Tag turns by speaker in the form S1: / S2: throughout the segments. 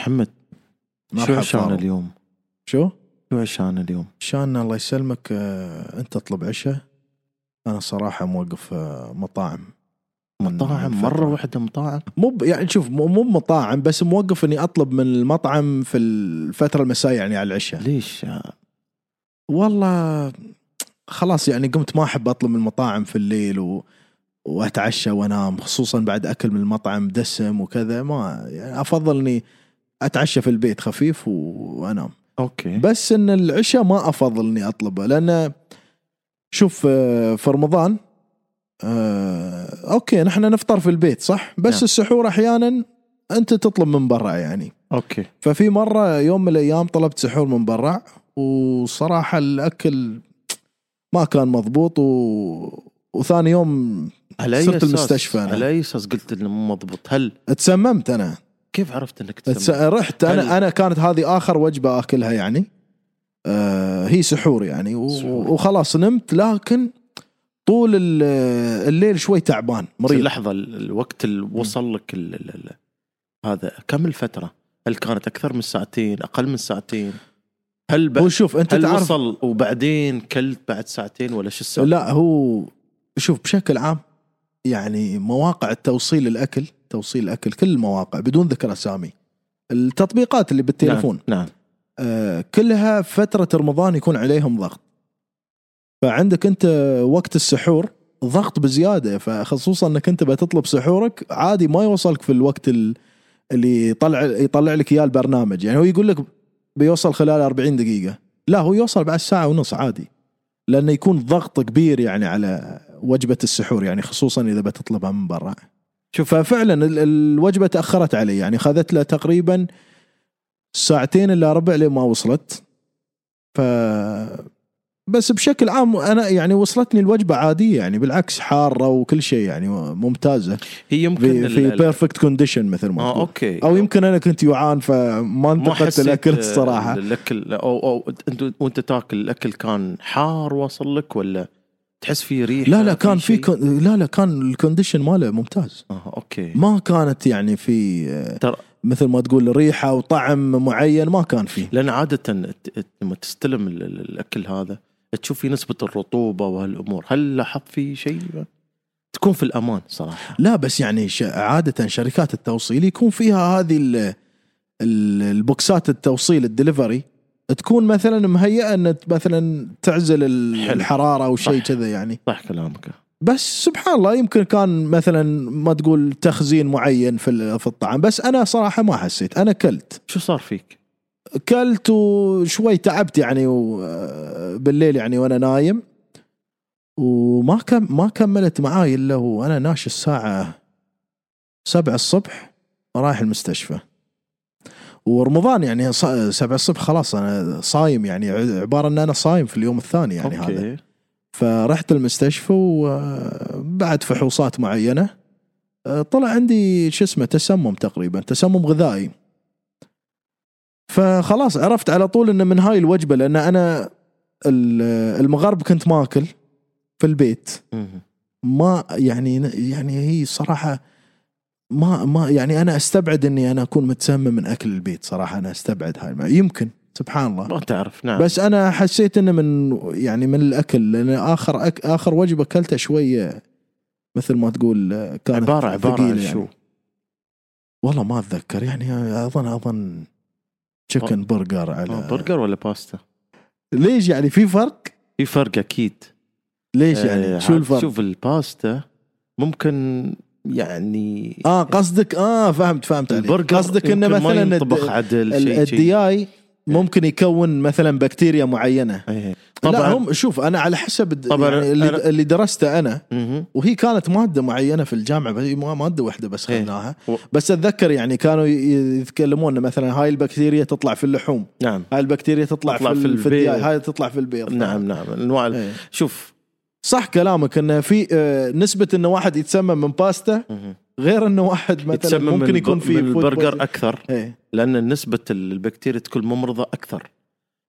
S1: محمد شو
S2: مرحبا
S1: عشانا
S2: فاروق.
S1: اليوم؟
S2: شو؟
S1: شو عشانا اليوم؟
S2: شان الله يسلمك آه، انت اطلب عشاء انا صراحه موقف آه، مطاعم من- من
S1: مطاعم
S2: فترة.
S1: مرة واحدة مطاعم
S2: مو ب- يعني شوف مو مو مطاعم بس موقف اني اطلب من المطعم في الفتره المساء يعني على العشاء
S1: ليش؟ آه،
S2: والله خلاص يعني قمت ما احب اطلب من المطاعم في الليل و... واتعشى وانام خصوصا بعد اكل من المطعم دسم وكذا ما يعني افضل اني اتعشى في البيت خفيف و... وانام
S1: اوكي
S2: بس ان العشاء ما افضل اني اطلبه لان شوف آه، في رمضان آه، اوكي نحن نفطر في البيت صح بس
S1: نعم.
S2: السحور احيانا انت تطلب من برا يعني
S1: اوكي
S2: ففي مره يوم من الايام طلبت سحور من برا وصراحه الاكل ما كان مضبوط و... وثاني يوم
S1: على اي
S2: صرت
S1: اساس
S2: المستشفى أنا.
S1: على اي اساس قلت انه مو مضبوط هل
S2: تسممت انا
S1: كيف عرفت انك
S2: تس...
S1: تسمم؟
S2: رحت
S1: هل-
S2: انا انا كانت هذه اخر وجبه اكلها يعني آه هي سحور يعني و...
S1: سحور.
S2: وخلاص نمت لكن طول ال- الليل شوي تعبان
S1: بس
S2: مريض
S1: لحظة ال- الوقت اللي وصل لك ال... ال... ال... هذا كم الفترة؟ هل كانت اكثر من ساعتين؟ اقل من ساعتين؟ هل ب...
S2: وشوف انت
S1: هل
S2: تعرف
S1: وصل وبعدين كلت بعد ساعتين ولا شو السالفة؟
S2: لا هو شوف بشكل عام يعني مواقع التوصيل الاكل توصيل الاكل كل المواقع بدون ذكر اسامي التطبيقات اللي بالتليفون
S1: نعم, نعم.
S2: آه، كلها فترة رمضان يكون عليهم ضغط فعندك انت وقت السحور ضغط بزيادة فخصوصا انك انت بتطلب سحورك عادي ما يوصلك في الوقت ال- اللي يطلع يطلع لك اياه البرنامج يعني هو يقول لك بيوصل خلال 40 دقيقة لا هو يوصل بعد ساعة ونص عادي لانه يكون ضغط كبير يعني على وجبة السحور يعني خصوصا اذا بتطلبها من برا شوف ففعلا ال- الوجبة تأخرت علي يعني خذت له تقريبا ساعتين الا ربع لين ما وصلت ف بس بشكل عام انا يعني وصلتني الوجبه عاديه يعني بالعكس حاره وكل شيء يعني ممتازه
S1: هي يمكن
S2: في
S1: ال-
S2: في
S1: ال-
S2: بيرفكت كونديشن مثل ما
S1: اه
S2: تقول.
S1: اوكي
S2: او يمكن انا كنت جوعان فما
S1: ما
S2: انتقدت
S1: حسيت
S2: الاكل الصراحه
S1: الاكل او او انت وانت تاكل الاكل كان حار واصل لك ولا تحس فيه ريحه
S2: لا لا كان في
S1: شيء؟
S2: كون- لا لا كان الكونديشن ماله ممتاز
S1: اه اوكي
S2: ما كانت يعني في آه،
S1: ترى-
S2: مثل ما تقول ريحه وطعم معين ما كان فيه
S1: لان عاده ت- ت- لما تستلم ال- ال- الاكل هذا تشوف في نسبه الرطوبه وهالامور هل لاحظت في شيء تكون في الامان صراحه
S2: لا بس يعني ش... عادة شركات التوصيل يكون فيها هذه ال... ال- البوكسات التوصيل الدليفري تكون مثلا مهيئة ان ت- مثلا تعزل ال-
S1: حلو.
S2: الحرارة او شيء
S1: صح.
S2: كذا يعني
S1: صح كلامك
S2: بس سبحان الله يمكن كان مثلا ما تقول تخزين معين في ال- في الطعام بس انا صراحة ما حسيت انا كلت
S1: شو صار فيك؟
S2: كلت وشوي تعبت يعني و- بالليل يعني وانا نايم وما كم ما كملت معاي الا وانا ناش الساعه سبعة الصبح رايح المستشفى ورمضان يعني ص- سبعة الصبح خلاص انا صايم يعني ع- عباره ان انا صايم في اليوم الثاني يعني
S1: اوكي
S2: هذا فرحت المستشفى وبعد فحوصات معينه آه، طلع عندي شو اسمه تسمم تقريبا تسمم غذائي فخلاص عرفت على طول انه من هاي الوجبه لان انا ال- المغرب كنت ماكل في البيت
S1: مهم.
S2: ما يعني يعني هي صراحه ما ما يعني انا استبعد اني انا اكون متسمم من اكل البيت صراحه انا استبعد هاي الم- يمكن سبحان الله
S1: ما تعرف نعم
S2: بس انا حسيت انه من يعني من الاكل لان اخر أك اخر وجبه اكلتها شويه مثل ما تقول كانت
S1: عباره عباره عن
S2: ثقيلة
S1: شو؟
S2: يعني. والله ما اتذكر يعني اظن اظن تشيكن برجر على
S1: آه، برجر ولا باستا؟
S2: ليش يعني في فرق؟
S1: في فرق اكيد
S2: ليش
S1: آه،
S2: يعني؟ شو
S1: عاد
S2: الفرق؟
S1: شوف الباستا ممكن يعني
S2: اه قصدك اه فهمت فهمت عليك
S1: البرجر
S2: قصدك انه
S1: يمكن ما
S2: مثلا الد-
S1: ينطبخ عدل
S2: ال-
S1: شيء إيه. شيء
S2: الدياي ممكن يكون مثلا بكتيريا معينه
S1: إيه.
S2: طبعا
S1: طبعا
S2: هم شوف انا على حسب الد-
S1: طبعاً
S2: يعني اللي,
S1: أنا-
S2: اللي درسته انا
S1: مهم.
S2: وهي كانت ماده معينه في الجامعه بس هي ما- ماده واحده بس
S1: إيه.
S2: خذناها
S1: و-
S2: بس اتذكر يعني كانوا ي- يتكلمون إن مثلا هاي البكتيريا تطلع في اللحوم
S1: نعم
S2: هاي البكتيريا تطلع,
S1: تطلع
S2: في,
S1: في
S2: ال- في
S1: البيض.
S2: الدياي هاي تطلع في البيض
S1: نعم نعم انواع ال-
S2: إيه.
S1: شوف
S2: صح كلامك انه في آه، نسبه انه واحد يتسمم من باستا
S1: مهم.
S2: غير انه واحد مثلا
S1: يتسمم
S2: ممكن
S1: من
S2: يكون
S1: الب-
S2: في
S1: من
S2: food
S1: البرجر
S2: poisoning.
S1: اكثر
S2: إيه.
S1: لان نسبه البكتيريا تكون ممرضه اكثر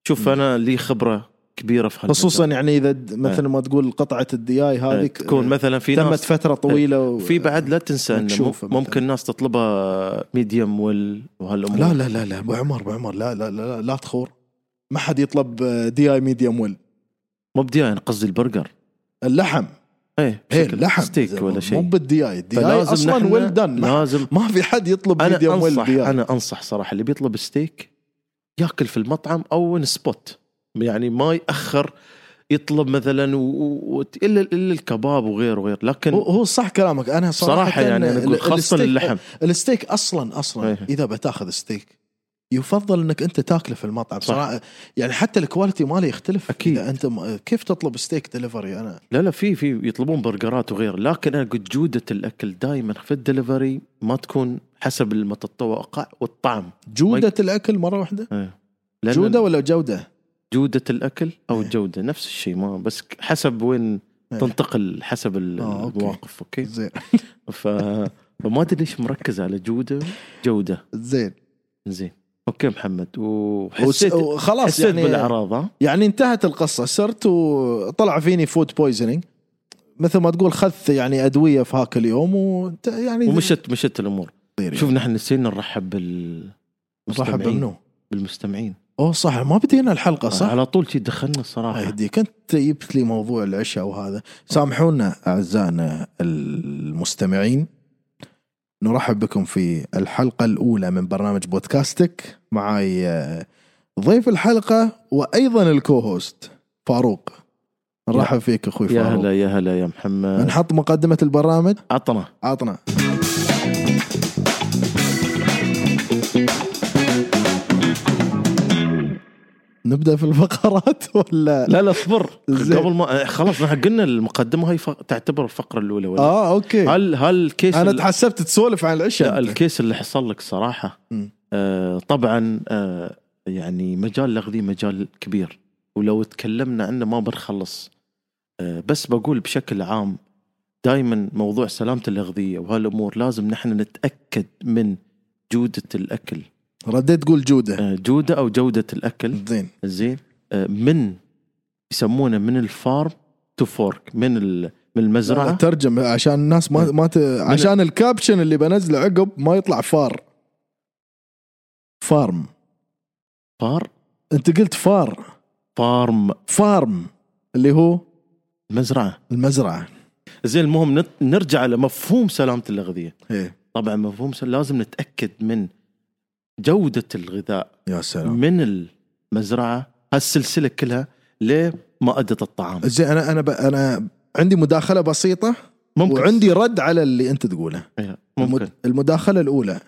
S1: شوف
S2: مم.
S1: انا لي خبره كبيره في هالمجال.
S2: خصوصا يعني اذا د- مثل ما تقول قطعه الدياي
S1: إيه،
S2: هذيك آه،
S1: تكون مثلا في
S2: تمت
S1: ناس إيه.
S2: فتره طويله و...
S1: في بعد لا تنسى انه مم-
S2: مكشوفة مثلاً.
S1: ممكن ناس تطلبها ميديوم ويل وهالامور
S2: لا لا لا لا ابو عمر ابو عمر لا لا لا لا, لا تخور ما حد يطلب آه، دي اي ميديوم ويل
S1: مو بدي انا قصدي البرجر
S2: اللحم
S1: ايه
S2: هي
S1: بشكل
S2: اللحم
S1: ستيك ولا
S2: إيه، مو
S1: شيء
S2: بالدي اي الدي اي
S1: فلازم
S2: اصلا
S1: نحن
S2: ويل دن
S1: لازم
S2: ما في حد يطلب
S1: انا
S2: ميديوم ويل
S1: انصح
S2: دي اي
S1: انا انصح صراحه اللي بيطلب ستيك ياكل في المطعم او ان سبوت يعني ما ياخر يطلب مثلا و... و... وت- الا الا الكباب وغير وغير لكن
S2: هو هو صح كلامك انا صراحه,
S1: صراحه يعني انا اقول
S2: ال-
S1: خاصه
S2: الستيك-
S1: اللحم
S2: الستيك اصلا اصلا
S1: إيه.
S2: اذا بتاخذ ستيك يفضل انك انت تاكله في المطعم
S1: صح.
S2: صراحه يعني حتى الكواليتي ماله يختلف
S1: أكيد.
S2: اذا انت م... كيف تطلب ستيك دليفري انا
S1: لا لا في في يطلبون برجرات وغير لكن انا قلت جوده الاكل دائما في الدليفري ما تكون حسب المتطوق والطعم
S2: جوده الاكل مره واحده
S1: لأن
S2: جوده ولا جوده
S1: جوده الاكل او الجوده نفس الشيء ما بس ك- حسب وين
S2: إيه.
S1: تنتقل حسب ال-
S2: آه، أوكي.
S1: المواقف اوكي
S2: زين
S1: ف... فما ادري ليش مركز على جوده جوده
S2: زين
S1: زين اوكي محمد
S2: وس-
S1: وحسيت
S2: وخلاص
S1: حسيت
S2: يعني
S1: بالاعراض ها
S2: يعني انتهت القصه صرت وطلع فيني فود بويزنينج مثل ما تقول خذت يعني ادويه في هاك اليوم وانت يعني
S1: ومشت مشت الامور
S2: ديري.
S1: شوف نحن نسينا نرحب بال
S2: مرحب
S1: بالمستمعين.
S2: منو
S1: بالمستمعين
S2: اوه صح ما بدينا الحلقه صح
S1: على طول شي دخلنا الصراحه
S2: يهديك انت جبت لي موضوع العشاء وهذا سامحونا اعزائنا المستمعين نرحب بكم في الحلقه الاولى من برنامج بودكاستك معي آه، ضيف الحلقه وايضا الكو هوست فاروق نرحب فيك اخوي
S1: يا
S2: فاروق
S1: هلا يا هلا يا محمد
S2: نحط مقدمه البرنامج
S1: عطنا
S2: عطنا نبدا في الفقرات ولا
S1: لا لا اصبر
S2: زين.
S1: قبل ما خلاص نحن قلنا المقدمه هاي ف... تعتبر الفقره الاولى ولا
S2: اه اوكي
S1: هل هل الكيس
S2: انا
S1: ال-
S2: تحسبت تسولف عن
S1: لا
S2: العشاء أنت.
S1: الكيس اللي حصل لك صراحه
S2: مم.
S1: آه طبعا آه يعني مجال الاغذيه مجال كبير ولو تكلمنا عنه ما بنخلص آه بس بقول بشكل عام دائما موضوع سلامه الاغذيه وهالامور لازم نحن نتاكد من جوده الاكل
S2: رديت تقول جوده
S1: آه جوده او جوده الاكل
S2: زين
S1: زين آه، من يسمونه من الفارم تو فورك من ال- من المزرعه
S2: آه، ترجم عشان الناس ما ما ت... عشان الكابشن اللي بنزله عقب ما يطلع فار فارم
S1: فار
S2: انت قلت فار
S1: فارم
S2: فارم اللي هو
S1: مزرعه
S2: المزرعه
S1: زين المهم نت- نرجع لمفهوم سلامه الاغذيه
S2: ايه
S1: طبعا مفهوم سل- لازم نتاكد من جوده الغذاء
S2: يا سلام
S1: من المزرعه هالسلسله كلها لمائده الطعام
S2: زين انا انا ب... انا عندي مداخله بسيطه
S1: ممكن
S2: وعندي رد على اللي انت تقوله
S1: إيه، ممكن
S2: المد- المداخلة الأولى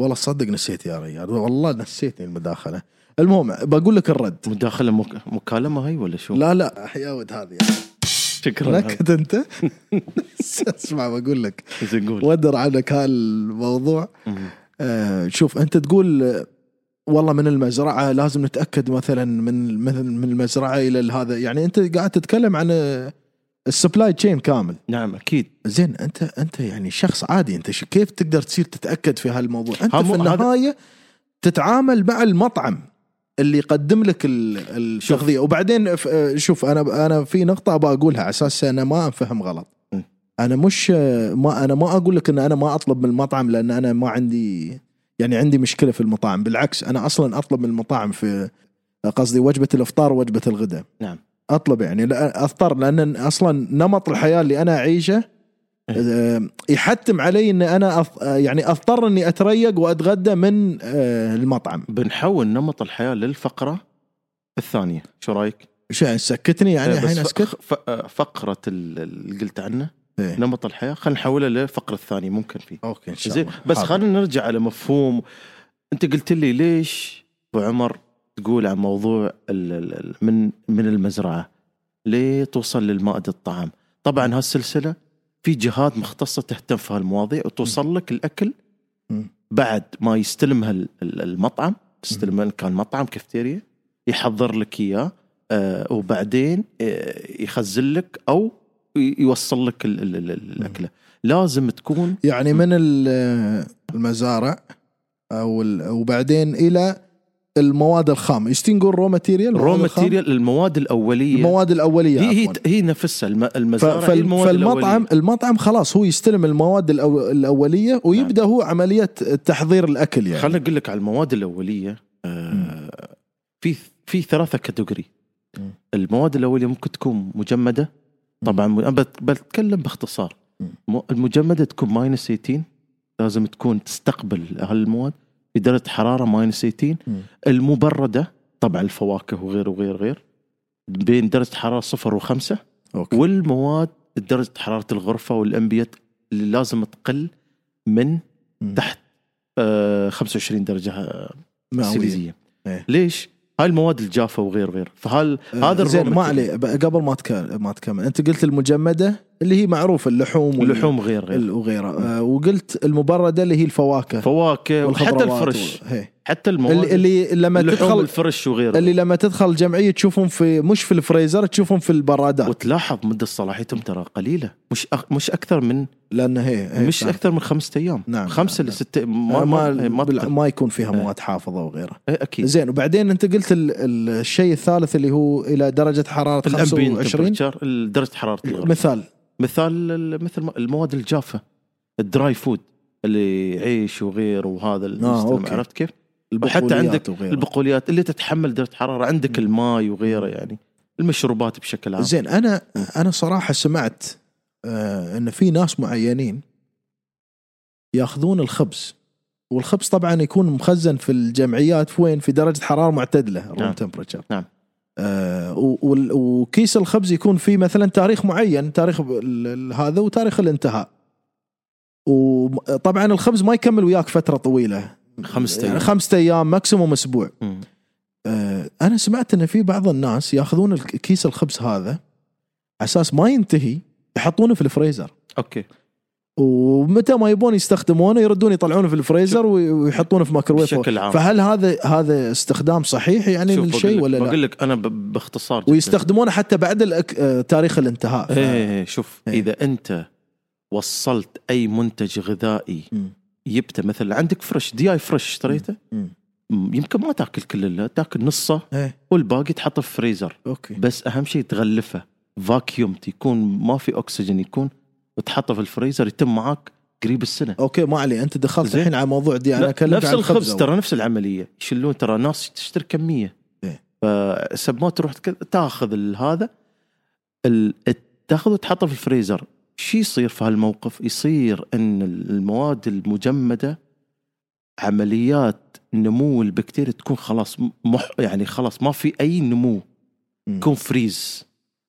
S2: والله صدق نسيت يا ريال والله نسيتني المداخلة المهم بقول لك الرد
S1: مداخله مك... مكالمه هاي ولا شو؟
S2: لا لا يا ود هذه
S1: شكرا
S2: نكت انت اسمع بقول لك
S1: زين قول
S2: ودر عنك هالموضوع
S1: مم.
S2: آه، شوف انت تقول آه، والله من المزرعه لازم نتاكد مثلا من مثل من المزرعه الى هذا يعني انت قاعد تتكلم عن السبلاي تشين كامل
S1: نعم اكيد
S2: زين انت انت يعني شخص عادي انت ش- كيف تقدر تصير تتاكد في هالموضوع؟ انت
S1: هم-
S2: في
S1: هذا-
S2: النهايه تتعامل مع المطعم اللي يقدم لك ال- التغذيه وبعدين ف- آه، شوف انا انا في نقطه ابغى اقولها على اساس انا ما انفهم غلط.
S1: م.
S2: انا مش آه، ما انا ما اقول لك ان انا ما اطلب من المطعم لان انا ما عندي يعني عندي مشكله في المطاعم بالعكس انا اصلا اطلب من المطاعم في قصدي وجبه الافطار ووجبه الغداء.
S1: نعم.
S2: اطلب يعني لا اضطر لان اصلا نمط الحياه اللي انا اعيشه آه، يحتم علي ان انا أف... آه، يعني اضطر اني اتريق واتغدى من آه، المطعم
S1: بنحول نمط الحياه للفقره الثانيه شو رايك؟
S2: شو يعني سكتني يعني
S1: آه، بس
S2: الحين
S1: ف-
S2: اسكت
S1: ف- فقره ال- اللي قلت عنه
S2: إيه.
S1: نمط الحياه خلينا نحولها للفقره الثانيه ممكن فيه
S2: اوكي ان شاء
S1: زين
S2: الله
S1: بس
S2: حاضر.
S1: خلينا نرجع على مفهوم انت قلت لي ليش ابو عمر تقول عن موضوع ال- ال- ال- من من المزرعه ليه توصل للمائده الطعام طبعا هالسلسله في جهات مختصه تهتم في هالمواضيع وتوصل لك الاكل
S2: م.
S1: بعد ما يستلمها ال- ال- المطعم تستلم ان كان مطعم كافتيريا يحضر لك اياه آه، وبعدين آه، يخزن لك او ي- يوصل لك ال- ال- ال- الاكله لازم تكون
S2: يعني من ال- آه، المزارع او ال... وبعدين الى المواد الخام ايش تنقول رو ماتيريال
S1: رو ماتيريال المواد الاوليه
S2: المواد الاوليه
S1: هي هي,
S2: عفواً.
S1: هي نفسها الم...
S2: ف-
S1: المزارع هي
S2: فال-
S1: المواد
S2: فالمطعم
S1: الأولية. نعم.
S2: المطعم خلاص هو يستلم المواد الأو- الاوليه ويبدا هو عمليه تحضير الاكل يعني
S1: خليني اقول لك على المواد الاوليه آه في في ثلاثه كاتيجوري
S2: مم.
S1: المواد الاوليه ممكن تكون مجمده طبعا م- انا بت- بتكلم باختصار
S2: مم.
S1: م- المجمده تكون ماينس 18 لازم تكون تستقبل هالمواد بدرجه حراره ماينس 18
S2: مم.
S1: المبرده طبعا الفواكه وغير وغير وغير بين درجه حراره صفر وخمسه
S2: اوكي
S1: والمواد درجه حراره الغرفه والامبيت اللي لازم تقل من
S2: مم.
S1: تحت آه 25 درجه آه،
S2: مئوية.
S1: سيليزيه
S2: إيه. آه،
S1: ليش؟ هاي المواد الجافه وغير غير فهل هذا
S2: زين
S1: الرو
S2: ما
S1: ماتيريال.
S2: عليه ب- قبل ما تكمل ما تكمل انت قلت المجمده اللي هي معروف اللحوم وال-
S1: اللحوم غير غير
S2: ال- وغيره آه، وقلت المبرده اللي هي الفواكه
S1: فواكه وحتى
S2: والخضروات
S1: الفرش
S2: و- هي.
S1: حتى المواد
S2: اللي, اللي لما
S1: اللحوم
S2: تدخل
S1: الفرش وغيره
S2: اللي لما تدخل الجمعيه تشوفهم في مش في الفريزر تشوفهم في البرادات
S1: وتلاحظ مده صلاحيتهم ترى قليله مش أخ... مش اكثر من
S2: لان هي, هي
S1: مش
S2: فعلاً.
S1: اكثر من خمسة ايام
S2: إيه، نعم،
S1: خمسه
S2: نعم،
S1: لستة
S2: ما,
S1: ما
S2: ما,
S1: ما, ما
S2: بال-
S1: تقل.
S2: ما يكون فيها مواد حافظه وغيره
S1: إيه، اكيد
S2: زين وبعدين انت قلت ال- ال- الشيء الثالث اللي هو الى درجه حراره
S1: الامبين
S2: 25
S1: درجه حراره الغرفه
S2: مثال
S1: مثال ال- مثل ما- المواد الجافه الدراي فود اللي عيش وغيره وهذا المستلم
S2: آه، أوكي.
S1: عرفت كيف؟
S2: البقوليات
S1: وحتى عندك
S2: وغيره.
S1: البقوليات اللي تتحمل درجه حراره عندك الماي وغيره يعني المشروبات بشكل عام
S2: زين انا انا صراحه سمعت آه ان في ناس معينين ياخذون الخبز والخبز طبعا يكون مخزن في الجمعيات في وين في درجه حراره معتدله
S1: نعم.
S2: روم تمبرتشر
S1: نعم.
S2: آه و- وال- وكيس الخبز يكون فيه مثلا تاريخ معين تاريخ ب- ال- ال- هذا وتاريخ الانتهاء وطبعا الخبز ما يكمل وياك فتره طويله
S1: خمسة
S2: يعني
S1: أيام.
S2: خمسة ايام ماكسيموم اسبوع
S1: مم.
S2: آه، انا سمعت ان في بعض الناس ياخذون الك- كيس الخبز هذا اساس ما ينتهي يحطونه في الفريزر
S1: اوكي
S2: ومتى ما يبون يستخدمونه يردون يطلعونه في الفريزر وي- ويحطونه في مايكروويف
S1: بشكل عام.
S2: فهل هذا هذا استخدام صحيح يعني
S1: شوف بقول
S2: للشيء
S1: لك-
S2: ولا لا
S1: بقول لك انا ب- باختصار جداً.
S2: ويستخدمونه حتى بعد الأك... آه، تاريخ الانتهاء ف...
S1: ايه إيه، شوف
S2: إيه.
S1: اذا انت وصلت اي منتج غذائي
S2: مم.
S1: جبته مثلا عندك فرش دي اي فرش اشتريته
S2: مم.
S1: مم، يمكن ما تاكل كله تاكل نصه
S2: ايه
S1: والباقي تحطه في فريزر
S2: اوكي
S1: بس اهم شيء تغلفه فاكيوم يكون ما في اكسجين يكون وتحطه في الفريزر يتم معك قريب السنه
S2: اوكي ما علي انت دخلت
S1: زين.
S2: الحين على موضوع دي انا
S1: لا،
S2: اكلمك
S1: نفس
S2: يعني عن
S1: الخبز
S2: أول.
S1: ترى نفس العمليه يشيلون ترى ناس تشتري كميه
S2: إيه.
S1: فسب ما تروح تك- تاخذ ال- هذا ال- تاخذه وتحطه في الفريزر شو يصير في هالموقف؟ يصير ان ال- المواد المجمده عمليات نمو البكتيريا تكون خلاص م- مح يعني خلاص ما في اي نمو
S2: مم.
S1: يكون فريز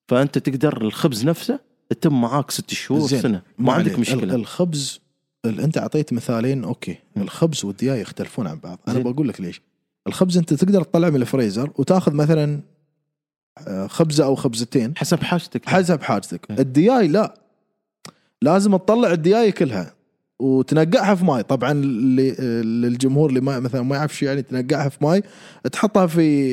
S1: فانت تقدر الخبز نفسه يتم معاك ست شهور
S2: زين.
S1: سنه ما عندك
S2: عليه. يعني ال-
S1: مشكله
S2: الخبز ال- انت اعطيت مثالين اوكي
S1: مم.
S2: الخبز والدياي يختلفون عن بعض انا
S1: زين.
S2: بقول لك ليش الخبز انت تقدر تطلع من الفريزر وتاخذ مثلا آه، خبزه او خبزتين
S1: حسب حاجتك
S2: حسب حاجتك
S1: مم.
S2: الدياي لا لازم تطلع الدياي كلها وتنقعها في ماي طبعا اللي- آه، للجمهور اللي ما مثلا ما يعرف شو يعني تنقعها في ماي تحطها في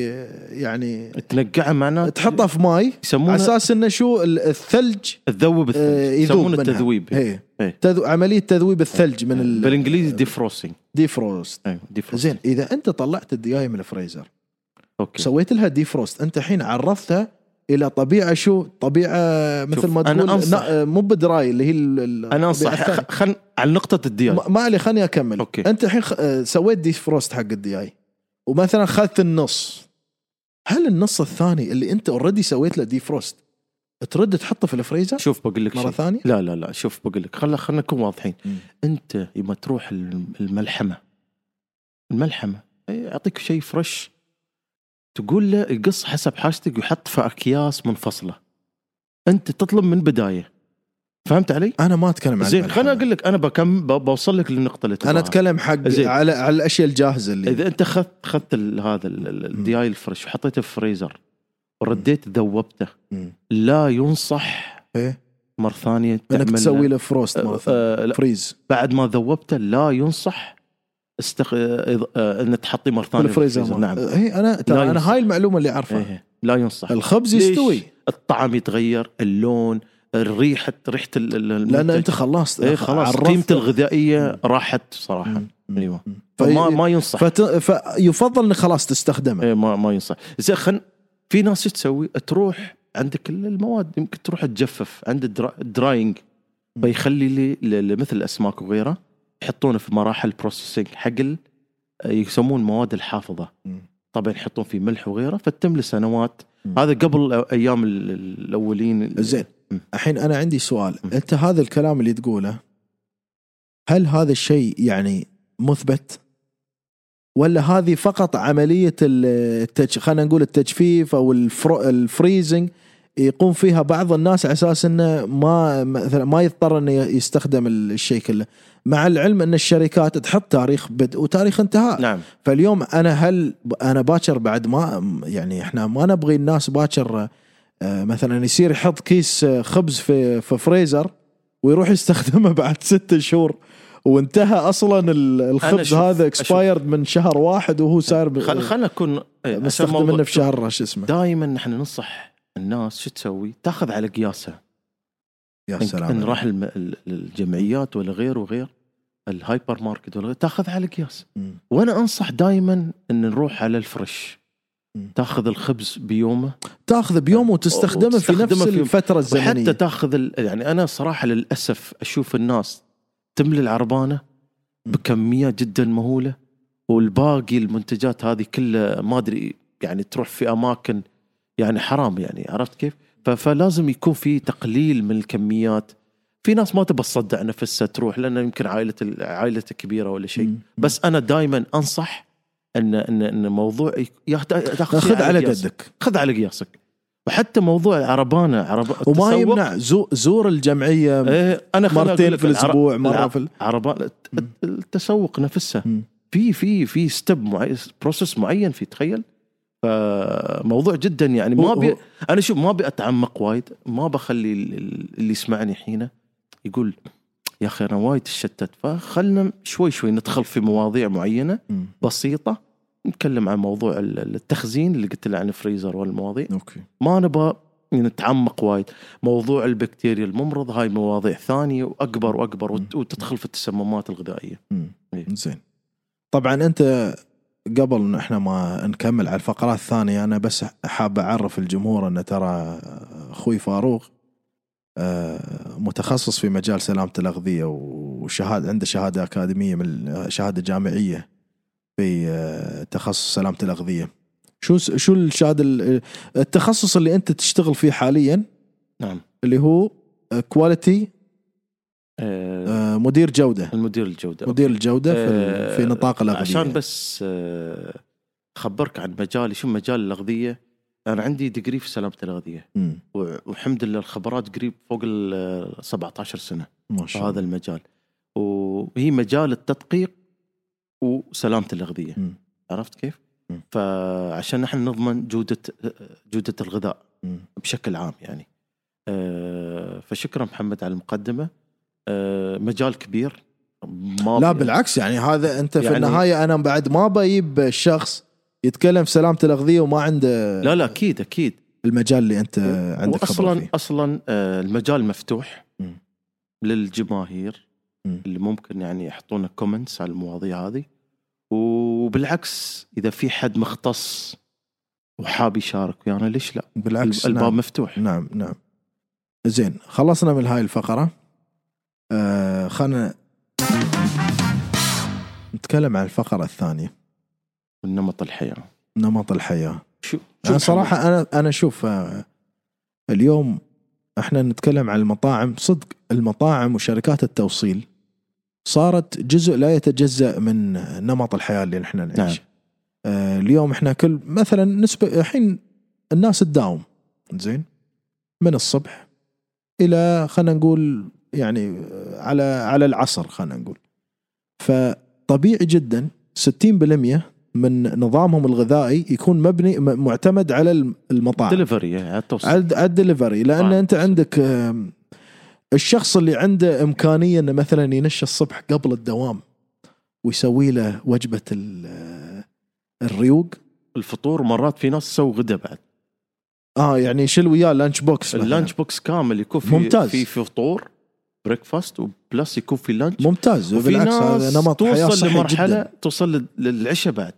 S2: يعني
S1: تنقعه معناته
S2: تحطها في ماي على
S1: يسمونه
S2: اساس انه شو ال- الثلج
S1: تذوب
S2: آه،
S1: الثلج
S2: يذوب
S1: يسمونه
S2: منها.
S1: التذويب
S2: إيه.
S1: إيه. آه،
S2: تذو... عمليه تذويب الثلج من ال...
S1: بالانجليزي ديفروستنج
S2: ديفروست
S1: أيوه، ديفروستنج
S2: زين اذا انت طلعت الدياي من الفريزر
S1: اوكي
S2: سويت لها ديفروست انت الحين عرضتها الى طبيعه شو طبيعه مثل
S1: شوف،
S2: ما
S1: أنا
S2: تقول
S1: أنصح.
S2: نا- آه، مو بدراي اللي هي ال- ال-
S1: انا انصح
S2: الطبيعة الثانية.
S1: خ- خل على نقطه الديال
S2: ما- ما علي خليني اكمل
S1: أوكي.
S2: انت الحين خ... آه، سويت ديفروست حق الدياي ومثلا اخذت النص هل النص الثاني اللي انت اوريدي سويت له ديفروست ترد تحطه في الفريزر
S1: شوف بقول لك
S2: مره
S1: شيء.
S2: ثانيه
S1: لا لا لا شوف بقول لك خلنا خلنا نكون واضحين انت لما تروح الم- الملحمه الملحمه إيه، يعطيك شيء فريش تقول له يقص حسب حاجتك ويحط في اكياس منفصله انت تطلب من بدايه فهمت علي؟
S2: انا ما اتكلم عن
S1: زين
S2: الملح.
S1: خليني اقول لك انا بكم ب- بوصل لك للنقطه اللي
S2: انا
S1: تبغاها.
S2: اتكلم حق
S1: زين.
S2: على على الاشياء الجاهزه اللي
S1: اذا انت اخذت اخذت ال- هذا ال- ال- الدياي الفريش وحطيته في الفريزر ورديت ذوبته
S2: مم.
S1: لا ينصح
S2: ايه
S1: مره ثانيه
S2: انك
S1: تعمل-
S2: تسوي له فروست مره
S1: آه،
S2: ثانيه
S1: آه، لا،
S2: فريز
S1: بعد ما ذوبته لا ينصح استخ... آه، إض- آه، ان تحطيه مره ثانيه
S2: بالفريزر
S1: نعم إيه.
S2: نعم اي انا
S1: لا
S2: ترى انا
S1: ينصح.
S2: هاي المعلومه اللي اعرفها
S1: إيه. لا ينصح
S2: الخبز
S1: ليش؟
S2: يستوي
S1: الطعم يتغير اللون الريحه ريحه ال- ال- المنتج
S2: لان انت خلصت
S1: ايه خلاص
S2: عرفت.
S1: قيمته الغذائيه راحت صراحه
S2: مم. طيب. مم.
S1: ايوه
S2: مم.
S1: فما
S2: في-
S1: ما ينصح
S2: فت... فيفضل انك خلاص تستخدمه
S1: ايه ما ما ينصح زين خن في ناس شو تسوي تروح عندك ال- المواد يمكن تروح تجفف عند الدرا- الدراينج فيخلي لي ل- ل- مثل الاسماك وغيره يحطونه في مراحل بروسيسنج حق ال- يسمون مواد الحافظه
S2: مم.
S1: طبعا يحطون فيه ملح وغيره فتتم لسنوات
S2: مم.
S1: هذا قبل أ- ايام ال- ال- الاولين
S2: زين
S1: مم.
S2: الحين انا عندي سؤال
S1: مم.
S2: انت هذا الكلام اللي تقوله هل هذا الشيء يعني مثبت ولا هذه فقط عمليه ال- التج... خلينا نقول التجفيف او الفرو... الفريزنج يقوم فيها بعض الناس على اساس انه ما مثلا ما يضطر انه يستخدم الشيء كله مع العلم ان الشركات تحط تاريخ بدء وتاريخ انتهاء
S1: نعم
S2: فاليوم انا هل انا باكر بعد ما يعني احنا ما نبغي الناس باكر آه، مثلا يصير يحط كيس آه، خبز في في فريزر ويروح يستخدمه بعد ستة شهور وانتهى اصلا ال- الخبز
S1: أشوف-
S2: هذا
S1: أشوف.
S2: اكسبايرد من شهر واحد وهو صاير ب-
S1: خل خلنا نكون إيه،
S2: مستخدم منه في شهر شو اسمه
S1: دائما نحن ننصح الناس شو تسوي؟ تاخذ على قياسها
S2: يا
S1: إن- ان
S2: سلام
S1: راح الم- ال- الجمعيات ولا غير وغير الهايبر ماركت ولا غير تاخذ على قياس
S2: مم.
S1: وانا انصح دائما ان نروح على الفرش
S2: مم.
S1: تاخذ الخبز بيومه
S2: تاخذه بيوم وتستخدمه في
S1: وتستخدمه
S2: نفس
S1: في-
S2: الفتره
S1: وحتى
S2: الزمنيه
S1: تاخذ ال... يعني انا صراحه للاسف اشوف الناس تملي العربانه
S2: مم.
S1: بكميات جدا مهوله والباقي المنتجات هذه كلها ما ادري يعني تروح في اماكن يعني حرام يعني عرفت كيف؟ ف... فلازم يكون في تقليل من الكميات في ناس ما تبى تصدع نفسها تروح لان يمكن عائله عائلته كبيره ولا شيء
S2: مم.
S1: بس انا دائما انصح ان ان ان موضوع يك- يا- تاخذ شيء
S2: خذ على
S1: قياسك.
S2: قدك
S1: خذ على قياسك وحتى موضوع العربانه عرب...
S2: وما
S1: التسوق،
S2: يمنع زو- زور الجمعيه
S1: إيه انا خليني
S2: مرتين
S1: أقول لك
S2: في الأسبوع، مرة
S1: الع-
S2: في ال-
S1: عربان الت-
S2: مم.
S1: التسوق نفسه
S2: مم.
S1: في في في ستيب معين بروسس معين في تخيل فموضوع جدا يعني ما
S2: هو-
S1: بي
S2: هو-
S1: انا شوف ما ابي اتعمق وايد ما بخلي ال- ال- اللي يسمعني حينه يقول يا اخي انا وايد تشتت فخلنا شوي شوي ندخل في مواضيع معينه
S2: مم.
S1: بسيطه نتكلم عن موضوع ال- ال- التخزين اللي قلت له عن الفريزر والمواضيع
S2: اوكي
S1: ما نبغى نتعمق وايد موضوع البكتيريا الممرض هاي مواضيع ثانية وأكبر وأكبر وت- وتدخل في التسممات الغذائية
S2: مم.
S1: إيه.
S2: زين طبعا انت قبل ان احنا ما نكمل على الفقرات الثانيه انا بس حاب اعرف الجمهور ان ترى اخوي فاروق آه، متخصص في مجال سلامه الاغذيه وشهاده عنده شهاده اكاديميه من شهاده جامعيه في آه، تخصص سلامه الاغذيه شو س- شو الشهاده ال- آه، التخصص اللي انت تشتغل فيه حاليا
S1: نعم
S2: اللي هو كواليتي
S1: آه
S2: مدير جوده
S1: المدير الجودة
S2: مدير الجوده في, ال- في
S1: آه،
S2: نطاق الاغذيه
S1: عشان بس آه، أخبرك عن مجالي شو مجال الأغذية أنا عندي دقري في سلامة الأغذية
S2: مم.
S1: و- والحمد لله الخبرات قريب فوق ال 17 سنة
S2: ما
S1: في
S2: شاء الله
S1: هذا المجال وهي مجال التدقيق وسلامة الأغذية
S2: مم.
S1: عرفت كيف؟
S2: مم.
S1: فعشان نحن نضمن جودة جودة الغذاء
S2: مم.
S1: بشكل عام يعني. آه، فشكرا محمد على المقدمة. آه، مجال كبير ما
S2: لا بالعكس يعني هذا انت في
S1: يعني-
S2: النهايه انا بعد ما بجيب شخص يتكلم في سلامه الاغذيه وما عنده
S1: لا لا اكيد اكيد
S2: المجال اللي انت عندك خبره
S1: واصلا
S2: فيه
S1: اصلا آه، المجال مفتوح
S2: مم.
S1: للجماهير
S2: مم.
S1: اللي ممكن يعني يحطون كومنتس على المواضيع هذه وبالعكس اذا في حد مختص وحاب يشارك ويانا ليش لا؟
S2: بالعكس
S1: الباب
S2: نعم.
S1: مفتوح
S2: نعم نعم زين خلصنا من هاي الفقره آه خلنا نتكلم عن الفقره الثانيه
S1: نمط الحياه
S2: نمط الحياه
S1: شو
S2: انا
S1: شو محمد؟
S2: صراحه انا انا اشوف آه، اليوم احنا نتكلم عن المطاعم صدق المطاعم وشركات التوصيل صارت جزء لا يتجزا من نمط الحياه اللي احنا نعيشه
S1: نعم.
S2: نعم. آه اليوم احنا كل مثلا نسبه الحين الناس تداوم زين من الصبح الى خلينا نقول يعني آه، على على العصر خلينا نقول فطبيعي جدا 60% من نظامهم الغذائي يكون مبني م- معتمد على الم- المطاعم
S1: دليفري يعني على التوصيل
S2: على على الدليفري لان
S1: طبعاً.
S2: انت عندك آم، الشخص اللي عنده امكانيه انه مثلا ينشى الصبح قبل الدوام ويسوي له وجبه ال- الريوق
S1: الفطور مرات في ناس تسوي غدا بعد
S2: اه يعني شيل وياه لانش بوكس مثلاً.
S1: اللانش بوكس كامل يكون في
S2: ممتاز.
S1: في في فطور بريكفاست وبلس يكون في لانش
S2: ممتاز
S1: وفي
S2: وبالعكس
S1: ناس
S2: هذا نمط حياه
S1: توصل
S2: صحي
S1: لمرحله
S2: جدا
S1: توصل لل- للعشاء بعد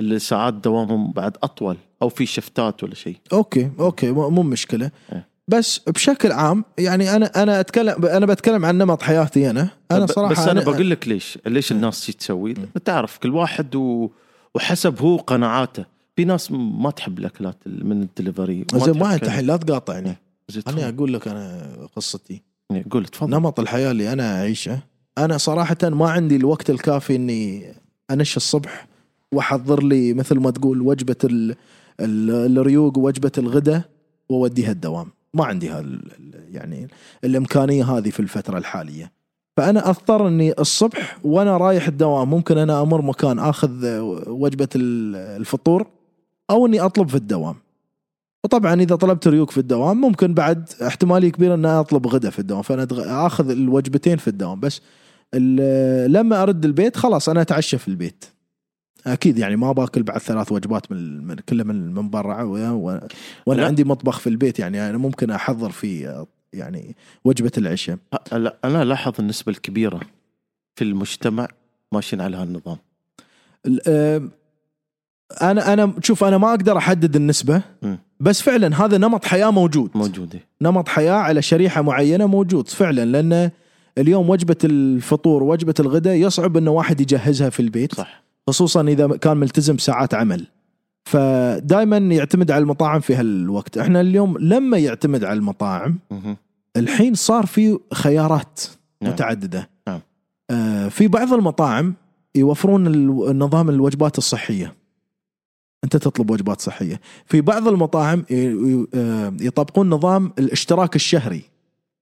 S1: اللي ساعات دوامهم بعد اطول او في شفتات ولا شيء
S2: اوكي اوكي مو مو مشكله
S1: إيه.
S2: بس بشكل عام يعني انا انا اتكلم انا بتكلم عن نمط حياتي انا انا
S1: ب-
S2: صراحه
S1: بس انا بقول لك ليش ليش الناس شي تسوي تعرف كل واحد و... وحسب هو قناعاته في ناس م- ما تحب الاكلات ال- من الدليفري
S2: زين ما انت الحين لا تقاطعني
S1: إيه.
S2: خليني
S1: الحين
S2: اقول لك انا قصتي
S1: قول تفضل
S2: نمط الحياه اللي انا اعيشه انا صراحه ما عندي الوقت الكافي اني انش الصبح واحضر لي مثل ما تقول وجبه ال... ال... الريوق ووجبه الغداء واوديها الدوام ما عندي هال يعني الامكانيه هذه في الفتره الحاليه فانا اضطر اني الصبح وانا رايح الدوام ممكن انا امر مكان اخذ وجبه ال- الفطور او اني اطلب في الدوام وطبعا اذا طلبت ريوق في الدوام ممكن بعد احتماليه كبيره ان أنا اطلب غدا في الدوام فانا أتغ- اخذ الوجبتين في الدوام بس ال- لما ارد البيت خلاص انا اتعشى في البيت اكيد يعني ما باكل بعد ثلاث وجبات من من كلها من من برا و- و- وانا
S1: لا.
S2: عندي مطبخ في البيت يعني انا ممكن احضر فيه يعني وجبه العشاء
S1: ه- لا، انا لاحظ النسبه الكبيره في المجتمع ماشيين على هالنظام
S2: ال- آم، انا انا شوف انا ما اقدر احدد النسبه
S1: م.
S2: بس فعلا هذا نمط حياه موجود
S1: موجوده
S2: نمط حياه على شريحه معينه موجود فعلا لان اليوم وجبه الفطور وجبه الغداء يصعب انه واحد يجهزها في البيت
S1: صح
S2: خصوصا اذا كان ملتزم ساعات عمل فدائما يعتمد على المطاعم في هالوقت احنا اليوم لما يعتمد على المطاعم
S1: مهم.
S2: الحين صار في خيارات
S1: نعم.
S2: متعدده
S1: نعم.
S2: آه في بعض المطاعم يوفرون ال- نظام الوجبات الصحيه انت تطلب وجبات صحيه في بعض المطاعم ي- ي- آه، يطبقون نظام الاشتراك الشهري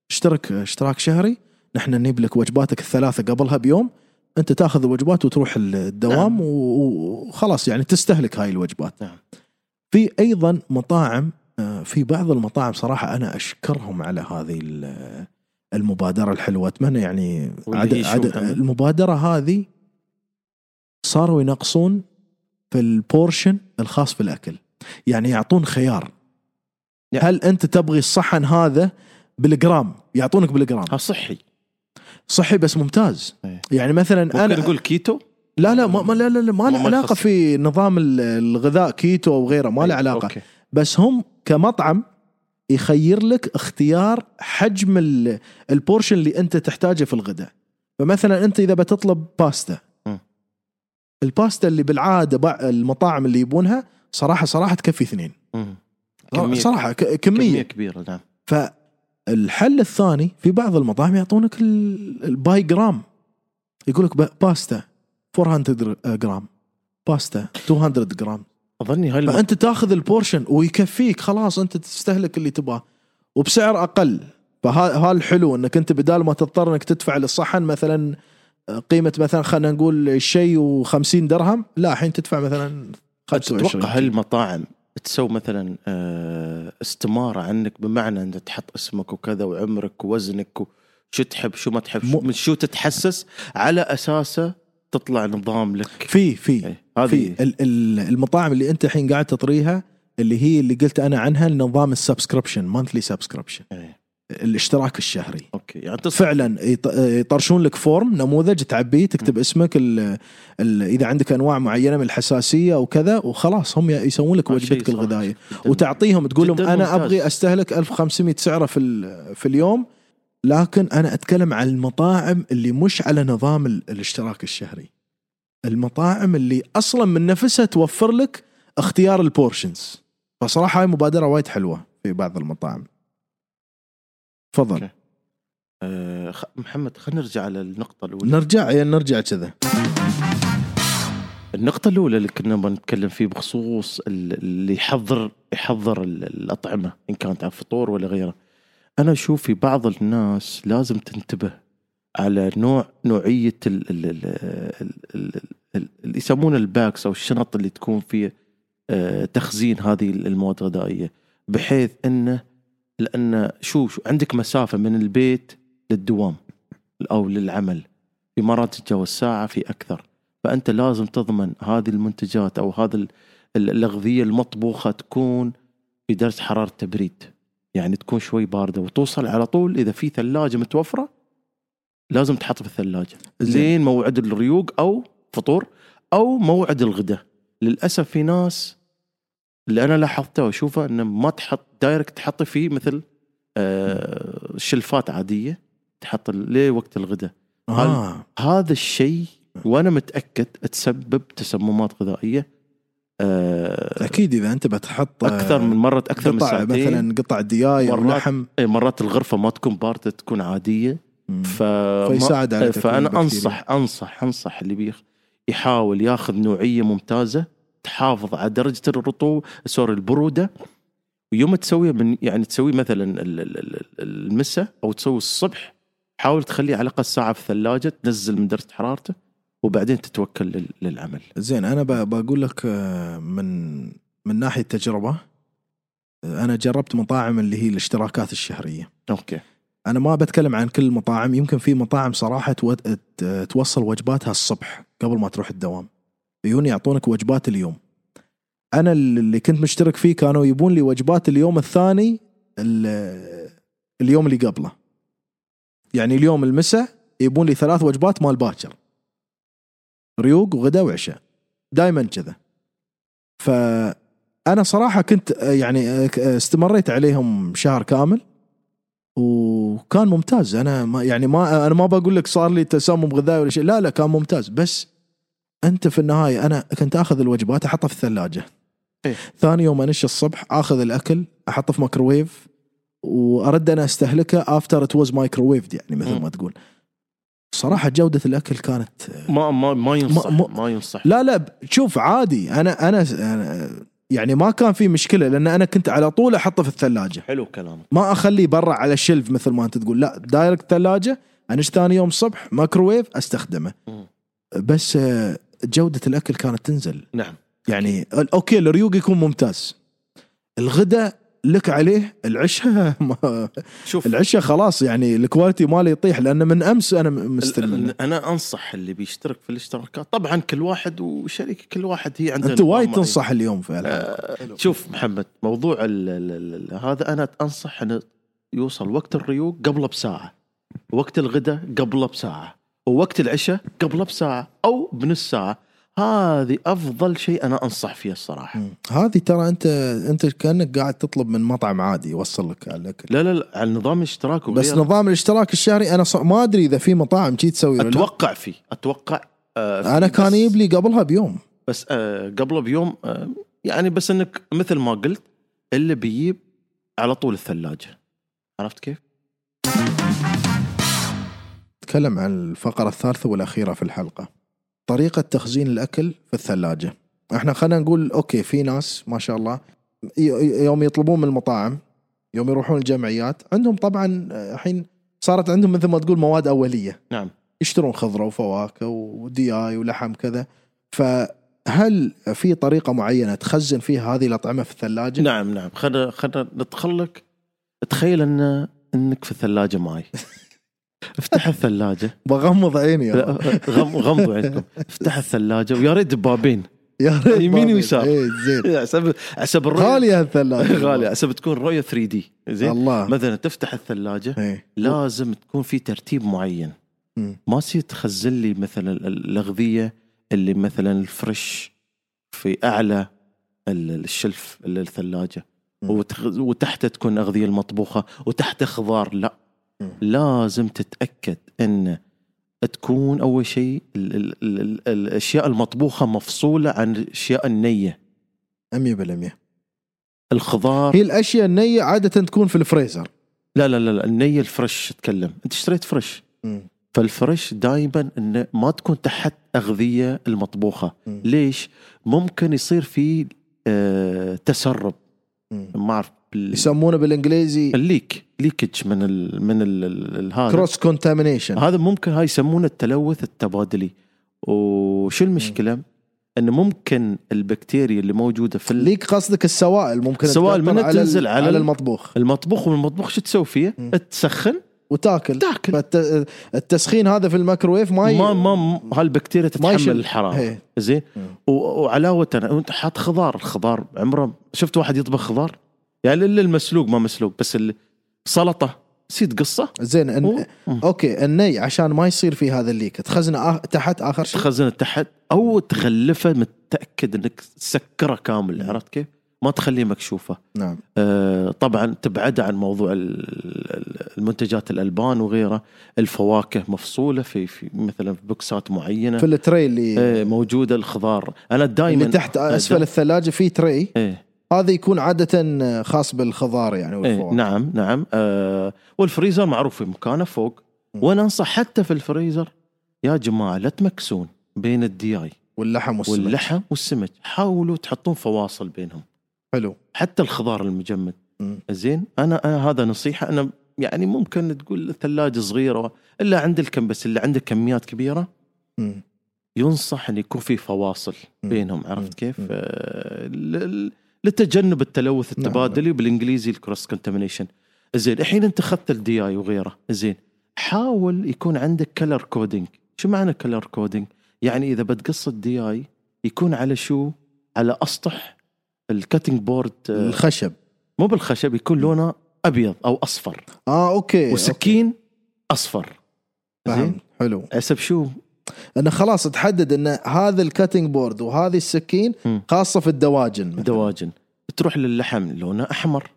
S2: اشترك اشتراك شهري نحن نجيب لك وجباتك الثلاثه قبلها بيوم انت تاخذ الوجبات وتروح الدوام
S1: نعم.
S2: نعم. وخلاص يعني تستهلك هاي الوجبات
S1: نعم.
S2: في ايضا مطاعم آه، في بعض المطاعم صراحه انا اشكرهم على هذه ال- المبادره الحلوه اتمنى يعني
S1: واللي
S2: عد
S1: هي شو
S2: عد
S1: محمد؟
S2: المبادره هذه صاروا ينقصون في البورشن الخاص في الاكل يعني يعطون خيار
S1: نعم.
S2: هل انت تبغي الصحن هذا بالجرام يعطونك بالجرام
S1: ها صحي
S2: صحي بس ممتاز
S1: إيه.
S2: يعني مثلا
S1: ممكن
S2: انا
S1: نقول كيتو
S2: لا لا ما ما- لا لا, لا ما
S1: ما-
S2: له
S1: ما
S2: علاقه
S1: يخص.
S2: في نظام ال- الغذاء كيتو او غيره ما له علاقه
S1: إيه، أوكي.
S2: بس هم كمطعم يخير لك اختيار حجم ال- البورشن اللي انت تحتاجه في الغداء فمثلا انت اذا بتطلب باستا
S1: مم.
S2: الباستا اللي بالعاده بع- المطاعم اللي يبونها صراحه صراحه تكفي اثنين
S1: مهم. كمية-
S2: صراحه ك-
S1: كميه
S2: كميه
S1: كبيره نعم
S2: فالحل الثاني في بعض المطاعم يعطونك ال- الباي جرام يقول لك ب- باستا 400 جرام باستا 200 جرام
S1: اظني هاي الم-
S2: فانت تاخذ البورشن ويكفيك خلاص انت تستهلك اللي تبغاه وبسعر اقل فهذا الحلو انك انت بدال ما تضطر انك تدفع للصحن مثلا قيمه مثلا خلينا نقول شيء و50 درهم لا الحين تدفع مثلا 25
S1: اتوقع هالمطاعم تسوي مثلا آه، استماره عنك بمعنى انت تحط اسمك وكذا وعمرك ووزنك وشو تحب شو ما تحب شو-
S2: مو-
S1: من شو تتحسس على اساسه تطلع نظام لك
S2: في في
S1: إيه،
S2: في
S1: هذه
S2: ال- ال- المطاعم اللي انت الحين قاعد تطريها اللي هي اللي قلت انا عنها نظام السبسكريبشن مانثلي سبسكريبشن
S1: إيه.
S2: الاشتراك الشهري
S1: اوكي يعني تصف
S2: فعلا يط- يطرشون لك فورم نموذج تعبيه تكتب اسمك ال ال اذا عندك انواع معينه من الحساسيه وكذا وخلاص هم يسوون
S1: آه،
S2: لك وجبتك الغذائيه وتعطيهم تقول لهم
S1: جداً
S2: انا
S1: ممتاز.
S2: ابغي استهلك 1500 سعره في ال- في اليوم لكن انا اتكلم عن المطاعم اللي مش على نظام ال- الاشتراك الشهري المطاعم اللي اصلا من نفسها توفر لك اختيار البورشنز فصراحه هاي مبادره وايد حلوه في بعض المطاعم تفضل
S1: أوكي. آه، محمد خلينا نرجع على النقطه الاولى
S2: نرجع يعني نرجع كذا
S1: النقطة الأولى اللي كنا بنتكلم فيه بخصوص ال- اللي يحضر يحضر ال- الأطعمة إن كانت على فطور ولا غيره أنا أشوف في بعض الناس لازم تنتبه على نوع نوعية ال ال ال ال ال ال اللي يسمونه الباكس أو الشنط اللي تكون فيه آه، تخزين هذه المواد الغذائية بحيث أنه لأن شو شو عندك مسافة من البيت للدوام أو للعمل في مرات تتجاوز ساعة في أكثر فانت لازم تضمن هذه المنتجات او هذا ال- ال- الاغذيه المطبوخه تكون في درجه حراره تبريد يعني تكون شوي بارده وتوصل على طول اذا في ثلاجه متوفره لازم تحط بالثلاجه
S2: زين
S1: لين موعد الريوق او فطور او موعد الغداء للاسف في ناس اللي انا لاحظته واشوفه انه ما تحط دايركت تحط فيه مثل آه شلفات عاديه تحط لوقت الغداء آه.
S2: اه
S1: هذا الشيء وانا متاكد تسبب تسممات غذائيه آه
S2: اكيد اذا انت بتحط آه،
S1: اكثر من مره اكثر من
S2: قطع
S1: ساعتين مثلا
S2: مثلا قطع دياي او
S1: مرات-
S2: لحم
S1: مرات الغرفه ما تكون بارده تكون عاديه
S2: مم.
S1: ف
S2: فيساعد على تكوين
S1: فانا
S2: البكتيريا.
S1: انصح انصح انصح اللي بيخ يحاول ياخذ نوعيه ممتازه تحافظ على درجه الرطوبه سوري البروده ويوم تسويه من يعني تسوي مثلا ال- ال- ال- ال- المسه او تسوي الصبح حاول تخليه على الاقل ساعه في الثلاجه تنزل من درجه حرارته وبعدين تتوكل لل- للعمل
S2: زين انا ب- بقول لك آه، من من ناحيه تجربه آه، انا جربت مطاعم اللي هي الاشتراكات الشهريه
S1: اوكي
S2: انا ما بتكلم عن كل المطاعم يمكن في مطاعم صراحه تو- ت- توصل وجباتها الصبح قبل ما تروح الدوام يجون يعطونك وجبات اليوم انا اللي كنت مشترك فيه كانوا يبون لي وجبات اليوم الثاني ال- اليوم اللي قبله يعني اليوم المساء يبون لي ثلاث وجبات مال باكر ريوق وغداء وعشاء دائما كذا فانا صراحه كنت آه، يعني آه، ك- آه، استمريت عليهم شهر كامل وكان ممتاز انا ما يعني ما انا ما بقول لك صار لي تسمم غذائي ولا شيء لا لا كان ممتاز بس انت في النهايه انا كنت اخذ الوجبات احطها في الثلاجه
S1: إيه.
S2: ثاني يوم انش الصبح اخذ الاكل احطه في ميكروويف وارد انا استهلكه افتر ات واز مايكروويف يعني مثل
S1: مم.
S2: ما تقول صراحه جوده الاكل كانت
S1: ما ما ما ينصح ما,
S2: ما-
S1: ما ينصح
S2: لا لا ب- شوف عادي انا انا أنا- يعني ما كان في مشكله لان انا كنت على طول احطه في الثلاجه
S1: حلو كلامك
S2: ما اخليه برا على الشلف مثل ما انت تقول لا دايركت ثلاجه انش ثاني يوم الصبح مايكروويف استخدمه
S1: مم.
S2: بس آه، جوده الاكل كانت تنزل
S1: نعم
S2: يعني ال- اوكي الريوق يكون ممتاز الغداء لك عليه العشاء ما-
S1: شوف
S2: العشاء خلاص يعني الكواليتي ماله يطيح لان من امس انا م- مستلم منه.
S1: انا انصح اللي بيشترك في الاشتراكات طبعا كل واحد وشريك كل واحد هي عنده
S2: انت
S1: نظام
S2: وايد
S1: معين.
S2: تنصح اليوم فعلا
S1: شوف محمد موضوع ال ال ال ال هذا انا انصح انه يوصل وقت الريوق قبله بساعه وقت الغداء قبله بساعه ووقت العشاء قبله بساعه او بنص ساعه هذه افضل شيء انا انصح فيه الصراحه
S2: مم. هذه ترى انت انت كانك قاعد تطلب من مطعم عادي يوصل لك على الاكل
S1: لا لا لا على نظام الاشتراك
S2: بس
S1: وغيره.
S2: نظام الاشتراك الشهري انا ص- ما ادري اذا في مطاعم شي تسوي ولا لا.
S1: اتوقع فيه اتوقع آه، فيه،
S2: انا كان
S1: بس-
S2: يجيب لي قبلها بيوم
S1: بس آه، قبله بيوم آه، يعني بس انك مثل ما قلت اللي بيجيب على طول الثلاجه عرفت كيف؟
S2: تكلم عن الفقره الثالثه والاخيره في الحلقه طريقه تخزين الاكل في الثلاجه احنا خلينا نقول اوكي في ناس ما شاء الله ي- ي- يوم يطلبون من المطاعم يوم يروحون الجمعيات عندهم طبعا آه، الحين صارت عندهم مثل ما تقول مواد اوليه
S1: نعم.
S2: يشترون خضره وفواكه ودياي ولحم كذا فهل في طريقه معينه تخزن فيها هذه الاطعمه في الثلاجه
S1: نعم نعم خلنا خلنا نتخلك تخيل ان انك في الثلاجه معي افتح الثلاجه
S2: بغمض عيني
S1: لا،
S2: يا
S1: غم غمضوا عينكم افتح الثلاجه ويا ريت دبابين
S2: يا ريت
S1: يمين
S2: ما في.
S1: ويسار.
S2: إيه، زين
S1: حسب حسب الرؤيه
S2: غاليه الثلاجه
S1: غاليه حسب تكون رؤيه 3 دي زين
S2: الله
S1: مثلا تفتح الثلاجه
S2: ايه
S1: لازم تكون في ترتيب معين
S2: مم.
S1: ما تصير تخزن لي مثلا ال- الاغذيه اللي مثلا الفريش في اعلى ال- الشلف ال- الثلاجه
S2: مم.
S1: وتخ- وتحته تكون اغذيه المطبوخه وتحته خضار لا
S2: مم.
S1: لازم تتاكد ان تكون اول شيء ال- ال- ال- ال- الاشياء المطبوخه مفصوله عن الاشياء النيه
S2: 100%
S1: الخضار
S2: هي الاشياء النيه عاده تكون في الفريزر
S1: لا لا لا, لا النيه الفريش تتكلم انت اشتريت فريش
S2: مم.
S1: فالفريش دائما انه ما تكون تحت اغذيه المطبوخه ليش؟ ممكن يصير في آه تسرب
S2: مم.
S1: ما اعرف بال-
S2: يسمونه بالانجليزي
S1: الليك ليكج من ال من ال ال- ال- هذا
S2: كروس كونتامينيشن
S1: هذا ممكن هاي يسمونه التلوث التبادلي وشو المشكله؟ انه ممكن البكتيريا اللي موجوده في ال-
S2: ليك قصدك السوائل ممكن
S1: السوائل
S2: تتأثر
S1: منها
S2: على
S1: تنزل
S2: ال-
S1: على
S2: على
S1: ال-
S2: المطبوخ
S1: المطبوخ والمطبوخ شو تسوي فيه؟
S2: مم.
S1: تسخن
S2: وتاكل
S1: تاكل
S2: فالت- التسخين هذا في الميكروويف ما ي-
S1: ما ما هالبكتيريا تتحمل
S2: يشل.
S1: الحراره
S2: إيه.
S1: زين
S2: مم.
S1: و- وعلاوه وانت حاط خضار الخضار عمره شفت واحد يطبخ خضار يعني الا المسلوق ما مسلوق بس السلطه نسيت قصه
S2: زين
S1: و-
S2: إن... اوكي الني عشان ما يصير في هذا الليك تخزنه آه... تحت اخر شيء
S1: تخزنه تحت او تغلفه متاكد انك تسكره كامل عرفت كيف؟ ما تخليه مكشوفه
S2: نعم
S1: آه، طبعا تبعد عن موضوع ال- ال- المنتجات الالبان وغيره الفواكه مفصوله في, في مثلا في بوكسات معينه
S2: في التري اللي
S1: إيه موجوده الخضار انا
S2: اللي
S1: دائما
S2: تحت اسفل الثلاجه في تري
S1: إيه
S2: هذا يكون عاده خاص بالخضار يعني
S1: إيه
S2: والفواكه
S1: نعم نعم آه والفريزر معروف في مكانه فوق وانا انصح حتى في الفريزر يا جماعه لا تمكسون بين الدياي
S2: واللحم والسمك
S1: واللحم والسمك حاولوا تحطون فواصل بينهم
S2: حلو
S1: حتى الخضار المجمد
S2: مم.
S1: زين انا انا هذا نصيحه انا يعني ممكن تقول ثلاجه صغيره الا عند الكم بس اللي عنده كميات كبيره
S2: مم.
S1: ينصح ان يكون في فواصل
S2: مم.
S1: بينهم
S2: مم.
S1: عرفت كيف؟
S2: مم.
S1: آه، ل- ل- لتجنب التلوث
S2: نعم.
S1: التبادلي وبالانجليزي الكروس كونتامينيشن زين الحين انت اخذت الدي اي وغيره زين حاول يكون عندك كلر كودينج شو معنى كلر كودينج؟ يعني اذا بتقص الدي اي يكون على شو؟ على اسطح الكاتنج بورد آه،
S2: الخشب
S1: مو بالخشب يكون لونه ابيض او اصفر
S2: اه اوكي أوكي.
S1: وسكين اصفر زين
S2: فهمت حلو
S1: حسب شو؟
S2: انه خلاص تحدد ان هذا الكاتنج بورد وهذه السكين
S1: مم.
S2: خاصه في الدواجن مثلاً.
S1: دواجن تروح للحم لونه احمر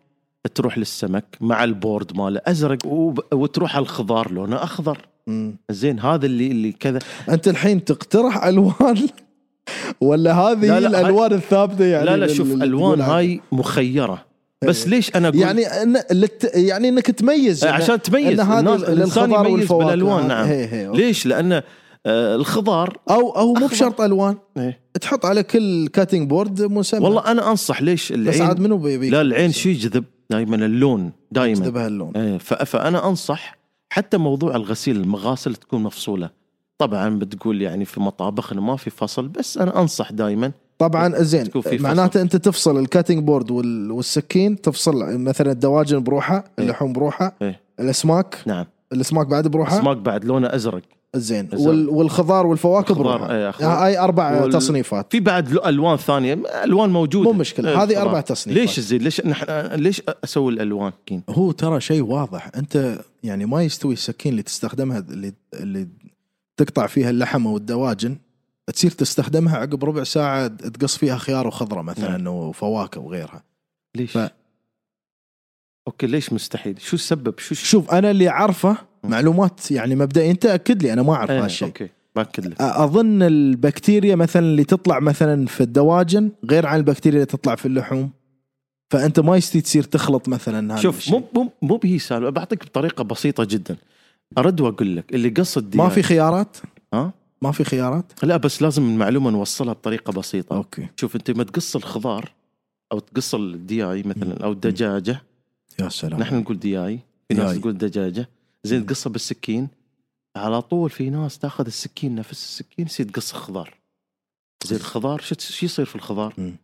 S1: تروح للسمك مع البورد ماله ازرق وب... وتروح على الخضار لونه اخضر
S2: مم.
S1: زين هذا اللي اللي كذا
S2: انت الحين تقترح الوان ولا هذه
S1: لا، لا،
S2: لا لا
S1: هاي-
S2: الالوان الثابته يعني
S1: لا لا
S2: اللي-
S1: شوف
S2: اللي
S1: الوان
S2: تقول عنها؟
S1: هاي مخيره بس ليش انا اقول
S2: يعني إن لت... يعني انك تميز إن-
S1: إيه، عشان تميز
S2: إن هذا
S1: الناس
S2: ال-
S1: الانسان
S2: الخضار
S1: يميز
S2: والفواكه
S1: بالالوان
S2: هذا. إيه.
S1: نعم
S2: هي هي أوكي.
S1: ليش لان آه الخضار
S2: او او مو
S1: أخضر.
S2: بشرط الوان
S1: إيه.
S2: تحط على كل كاتنج بورد مسمى
S1: والله انا انصح ليش
S2: بس عاد
S1: العين
S2: منو بي- بي-
S1: لا العين شو يجذب دائما اللون دائما
S2: يجذبها اللون
S1: إيه، ف- فانا انصح حتى موضوع الغسيل المغاسل تكون مفصوله طبعا بتقول يعني في مطابخنا ما في فصل بس انا انصح دائما
S2: طبعا زين
S1: تكون في فصل.
S2: معناته انت تفصل الكاتنج بورد وال- والسكين تفصل مثلا الدواجن بروحها اللحوم بروحها
S1: إيه.
S2: الاسماك
S1: نعم
S2: الاسماك بعد بروحها
S1: اسماك بعد لونه ازرق
S2: زين
S1: الزرع.
S2: وال... والخضار والفواكه
S1: الخضار،
S2: بروحها
S1: إيه،
S2: آه،
S1: أخضر.
S2: هاي اربع
S1: وال-
S2: تصنيفات
S1: في بعد له- الوان ثانيه الوان موجوده
S2: مو مشكلة،
S1: إيه،
S2: هذه
S1: طبعاً.
S2: أربع تصنيفات.
S1: ليش زين ليش نحن ليش اسوي الالوان كين
S2: هو ترى شيء واضح انت يعني ما يستوي السكين اللي تستخدمها اللي اللي تقطع فيها اللحم او الدواجن تصير تستخدمها عقب ربع ساعه تقص فيها خيار وخضره
S1: نعم.
S2: مثلا وفواكه وغيرها
S1: ليش
S2: ف-
S1: اوكي ليش مستحيل شو السبب شو شو
S2: شوف انا اللي اعرفه معلومات يعني مبدئيا انت اكد لي انا ما اعرف
S1: نعم. إيه،
S2: هالشيء
S1: اوكي باكد لك
S2: اظن البكتيريا مثلا اللي تطلع مثلا في الدواجن غير عن البكتيريا اللي تطلع في اللحوم فانت ما يستي تصير تخلط مثلا هذا
S1: شوف
S2: الشيء.
S1: مو مو مو بهي سالفه بعطيك بطريقه بسيطه جدا ارد واقول لك اللي قصد
S2: ما في خيارات
S1: ها
S2: ما في خيارات
S1: لا بس لازم المعلومه نوصلها بطريقه بسيطه
S2: اوكي
S1: شوف انت ما تقص الخضار او تقص الدياي مثلا او الدجاجه
S2: يا سلام
S1: نحن نقول دياي في ناس
S2: نعم. دياي.
S1: تقول دجاجه زين تقصها بالسكين على طول في ناس تاخذ السكين نفس السكين يصير تقص الخضار زين الخضار شو شو يصير في الخضار؟
S2: مم.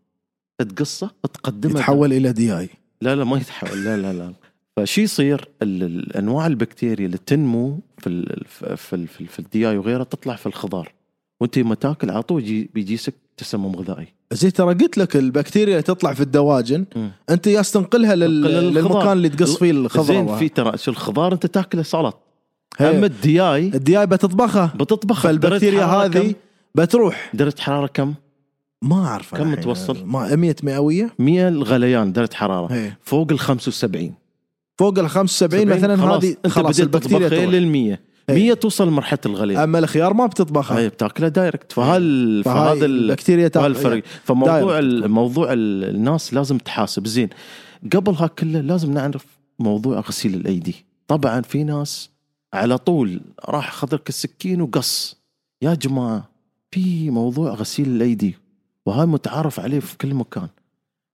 S1: تقصه تقدمه
S2: يتحول الى دي اي
S1: لا لا ما يتحول لا لا لا فشي يصير ال- ال- انواع البكتيريا اللي تنمو في ال في ال في, ال في الدياي وغيره تطلع في الخضار وانت ما تاكل على طول يجي- بيجيسك تسمم غذائي
S2: زي ترى قلت لك البكتيريا اللي تطلع في الدواجن
S1: مم.
S2: انت يا تنقلها لل...
S1: تنقلها للخضار.
S2: للمكان اللي تقص فيه الخضره
S1: زين في
S2: وها.
S1: ترى شو الخضار انت تاكله سلطه
S2: هي.
S1: اما الدياي
S2: الدي اي بتطبخها
S1: بتطبخ
S2: فالبكتيريا هذه بتروح
S1: درجه حراره كم؟
S2: ما اعرف
S1: كم
S2: الحين.
S1: متوصل؟
S2: ما 100 مئويه
S1: 100 الغليان درجه حراره
S2: هي.
S1: فوق ال 75
S2: فوق ال 75 مثلا
S1: خلاص
S2: هذه
S1: انت
S2: خلاص
S1: بديت
S2: البكتيريا
S1: تطبخها
S2: تروح.
S1: لل 100
S2: هي.
S1: 100 توصل لمرحله الغليان
S2: اما الخيار ما بتطبخها
S1: هاي بتاكله دايركت فهال
S2: فهاي
S1: فهذا طيب، ال-
S2: البكتيريا تاكل-
S1: هذا الفرق
S2: دايركت.
S1: فموضوع ال- موضوع ال- الناس لازم تحاسب زين قبلها كله لازم نعرف موضوع غسيل الايدي طبعا في ناس على طول راح خذ لك السكين وقص يا جماعه في موضوع غسيل الايدي وهاي متعارف عليه في كل مكان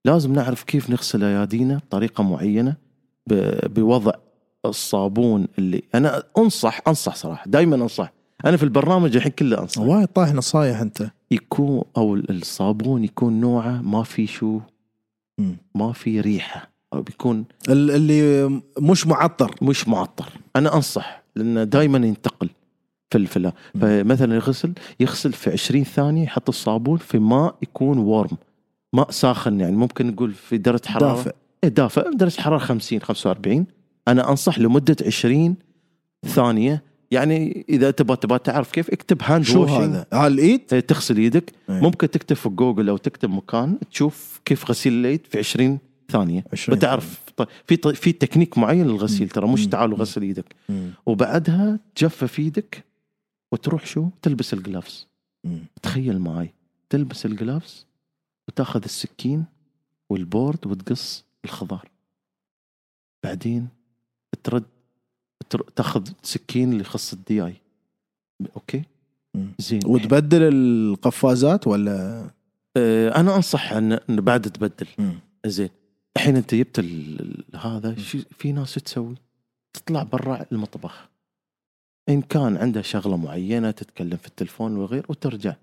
S1: لازم نعرف كيف نغسل ايادينا بطريقه معينه ب- بوضع الصابون اللي انا انصح انصح صراحه دائما انصح انا في البرنامج الحين كله انصح
S2: وايد طايح نصايح انت
S1: يكون او ال- الصابون يكون نوعه ما في شو
S2: مم.
S1: ما في ريحه او بيكون
S2: ال- اللي مش معطر
S1: مش معطر انا انصح لانه دائما ينتقل في الفلا فمثلا يغسل يغسل في 20 ثانيه يحط الصابون في ماء يكون وورم ماء ساخن يعني ممكن نقول في درجه حراره
S2: دافئ
S1: إيه دافئ درجه حراره 50 45 انا انصح لمده 20 ثانيه يعني اذا تبغى تبغى تعرف كيف اكتب هاند
S2: شو هذا؟ على الايد؟
S1: إيه، تغسل يدك
S2: إيه.
S1: ممكن تكتب في جوجل او تكتب مكان تشوف كيف غسيل اليد في 20 ثانيه
S2: 20
S1: بتعرف ط- طيب، في ط- في تكنيك معين للغسيل ترى مش
S2: مم.
S1: تعال وغسل ايدك
S2: مم.
S1: وبعدها تجفف ايدك وتروح شو تلبس الجلافز
S2: مم.
S1: تخيل معي تلبس الجلافز وتاخذ السكين والبورد وتقص الخضار بعدين ترد تر- تاخذ سكين لخص الدياي اوكي
S2: مم.
S1: زين
S2: وتبدل القفازات ولا
S1: آه، انا انصح ان إن بعد تبدل
S2: مم.
S1: زين الحين انت جبت ال- ال- هذا شو في ناس شو تسوي تطلع برا المطبخ ان كان عندها شغله معينه تتكلم في التلفون وغير وترجع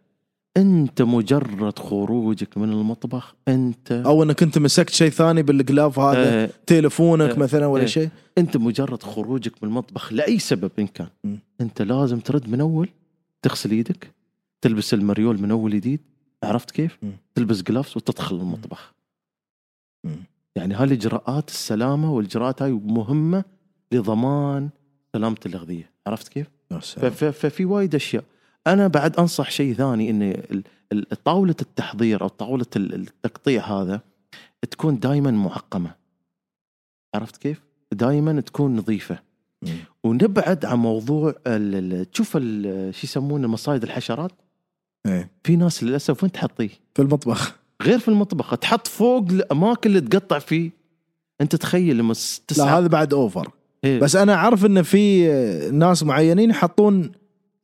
S1: انت مجرد خروجك من المطبخ انت
S2: او انك انت مسكت شيء ثاني بالقلاف هذا
S1: آه
S2: تليفونك
S1: آه،
S2: مثلا ولا
S1: إيه.
S2: شيء
S1: انت مجرد خروجك من المطبخ لاي سبب ان كان
S2: مم.
S1: انت لازم ترد من اول تغسل ايدك تلبس المريول من اول جديد عرفت كيف؟
S2: مم.
S1: تلبس جلافز وتدخل المطبخ
S2: مم.
S1: يعني هالإجراءات السلامة والإجراءات هاي مهمة لضمان سلامة الأغذية عرفت كيف؟
S2: يا
S1: ف-
S2: سلام.
S1: ف- ففي وايد أشياء أنا بعد أنصح شيء ثاني إن ال- ال- طاولة التحضير أو طاولة ال- التقطيع هذا تكون دائما معقمة عرفت كيف؟ دائما تكون نظيفة
S2: مم.
S1: ونبعد عن موضوع ال- ال- تشوف ال- شو يسمونه مصايد الحشرات
S2: إيه.
S1: في ناس للأسف وين تحطيه؟
S2: في المطبخ
S1: غير في المطبخ تحط فوق الاماكن اللي تقطع فيه انت تخيل لما س-
S2: لا
S1: تسعى
S2: هذا بعد اوفر
S1: إيه.
S2: بس انا اعرف ان في آه، ناس معينين يحطون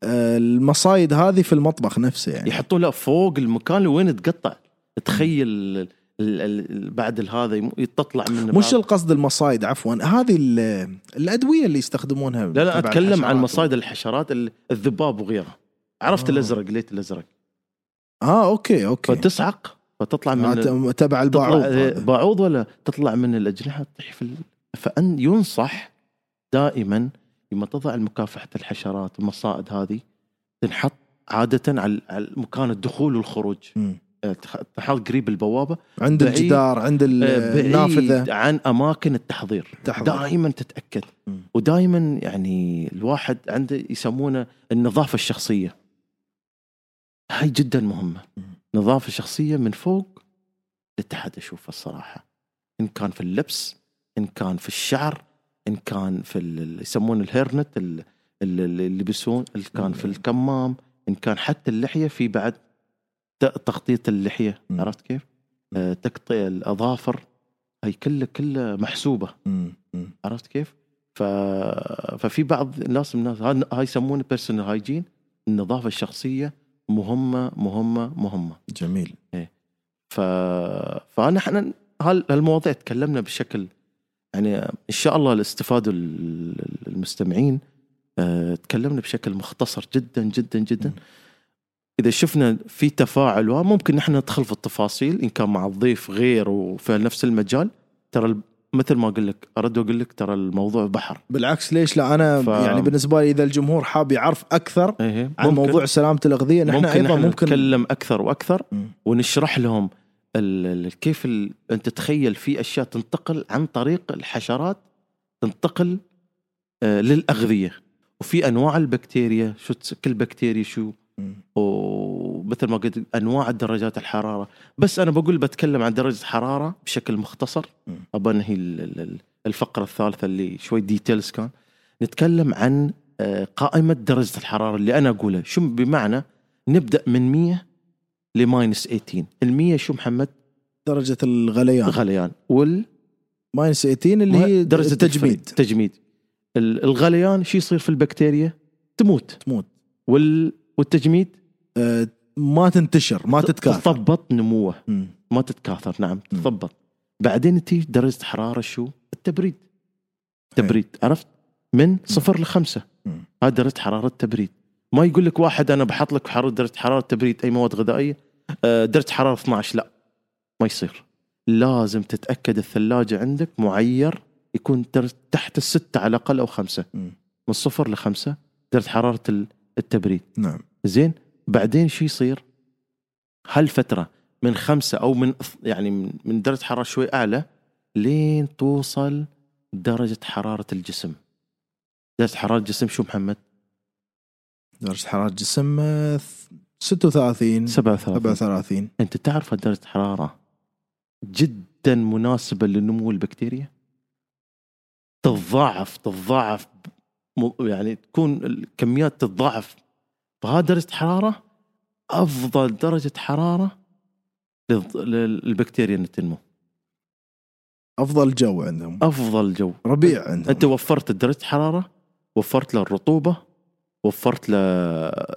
S2: آه، المصايد هذه في المطبخ نفسه يعني
S1: يحطون لا فوق المكان اللي وين تقطع تخيل ال- ال- ال- بعد هذا يم- تطلع منه
S2: مش
S1: بعض.
S2: القصد المصايد عفوا هذه ال- الادويه اللي يستخدمونها
S1: لا لا
S2: تبع
S1: اتكلم عن
S2: الحشرات.
S1: مصايد الحشرات ال- الذباب وغيرها عرفت
S2: آه.
S1: الازرق ليت الازرق
S2: اه اوكي اوكي
S1: فتصعق فتطلع من
S2: آه،
S1: ال-
S2: ت- تبع البعوض
S1: تطلع
S2: هذا.
S1: إيه، باعوض ولا تطلع من الاجنحه تطيح في ال- فان ينصح دائما لما تضع مكافحه الحشرات المصائد هذه تنحط عاده على على مكان الدخول والخروج
S2: مم.
S1: آه، تح- تنحط قريب البوابه
S2: عند
S1: بعيد-
S2: الجدار عند ال-
S1: آه،
S2: النافذه
S1: بعيد عن اماكن التحضير
S2: تحضير.
S1: دائما تتاكد
S2: مم.
S1: ودائما يعني الواحد عنده يسمونه النظافه الشخصيه هاي جدا مهمه
S2: مم.
S1: نظافه شخصيه من فوق لتحت اشوفها الصراحه ان كان في اللبس ان كان في الشعر ان كان في ال- ال- يسمونه الهيرنت ال- ال- ال- اللي يلبسون ان كان في الكمام ان كان حتى اللحيه في بعد ت- تخطيط اللحيه
S2: مم.
S1: عرفت كيف؟ آه، تقطيع الاظافر هي كلها كلها محسوبه
S2: مم. مم.
S1: عرفت كيف؟ ف... ففي بعض الناس من الناس هاي- هاي يسمونه بيرسونال هايجين النظافه الشخصيه مهمه مهمه مهمه
S2: جميل
S1: ف... فانا احنا هال- هالمواضيع تكلمنا بشكل يعني ان شاء الله الاستفاده ال- المستمعين آه، تكلمنا بشكل مختصر جدا جدا جدا
S2: مم.
S1: اذا شفنا في تفاعل وها، ممكن نحن ندخل في التفاصيل ان كان مع الضيف غير وفي نفس المجال ترى ال- مثل ما اقول لك ارد واقول لك ترى الموضوع بحر
S2: بالعكس ليش لا انا
S1: ف-
S2: يعني بالنسبه لي اذا الجمهور حاب يعرف اكثر
S1: إيه،
S2: عن
S1: ممكن-
S2: موضوع سلامه الاغذيه نحن
S1: ممكن
S2: ايضا
S1: نحن
S2: ممكن
S1: نتكلم اكثر واكثر
S2: مم.
S1: ونشرح لهم ال- ال- كيف ال... انت تخيل في اشياء تنتقل عن طريق الحشرات تنتقل آه، للاغذيه وفي انواع البكتيريا شو تس... كل بكتيريا شو
S2: مم.
S1: ومثل ما قلت انواع درجات الحراره بس انا بقول بتكلم عن درجه الحراره بشكل مختصر
S2: مم.
S1: ابى انهي ال- ال- ال- الفقره الثالثه اللي شوي ديتيلز كان نتكلم عن آه، قائمه درجه الحراره اللي انا اقولها شو بمعنى نبدا من 100 لماينس 18 ال 100 شو محمد
S2: درجه الغليان
S1: غليان وال
S2: ماينس 18 اللي هي درجه
S1: الفريد.
S2: التجميد
S1: تجميد ال- الغليان شو يصير في البكتيريا تموت
S2: تموت
S1: وال والتجميد
S2: آه، ما تنتشر ما تتكاثر
S1: تثبط نموه
S2: مم.
S1: ما تتكاثر نعم
S2: مم.
S1: تثبط بعدين تجي درجه حراره شو؟ التبريد تبريد عرفت؟ من صفر لخمسه
S2: إيه. مم.
S1: هذا درجه حراره التبريد ما يقول لك واحد انا بحط لك حراره درجه حراره تبريد اي مواد غذائيه آه، درجه حراره 12 لا ما يصير لازم تتاكد الثلاجه عندك معير يكون درجة تحت السته على الاقل او خمسه
S2: مم.
S1: من صفر لخمسه درجه حراره ال- التبريد
S2: نعم
S1: زين بعدين شو يصير؟ هالفتره من خمسه او من يعني من- من درجه حراره شوي اعلى لين توصل درجة حرارة الجسم درجة حرارة الجسم شو محمد؟
S2: درجه حراره الجسم آه، ث- 36
S1: 37
S2: 37
S1: انت تعرف درجة حرارة جدا مناسبة لنمو البكتيريا تتضاعف تتضاعف م- يعني تكون الكميات تتضاعف فهذه درجة حرارة أفضل درجة حرارة للض- لل- للبكتيريا أن تنمو
S2: افضل جو عندهم
S1: أفضل جو
S2: ربيع عندهم
S1: انت وفرت درجه الحراره وفرت له الرطوبه وفرت له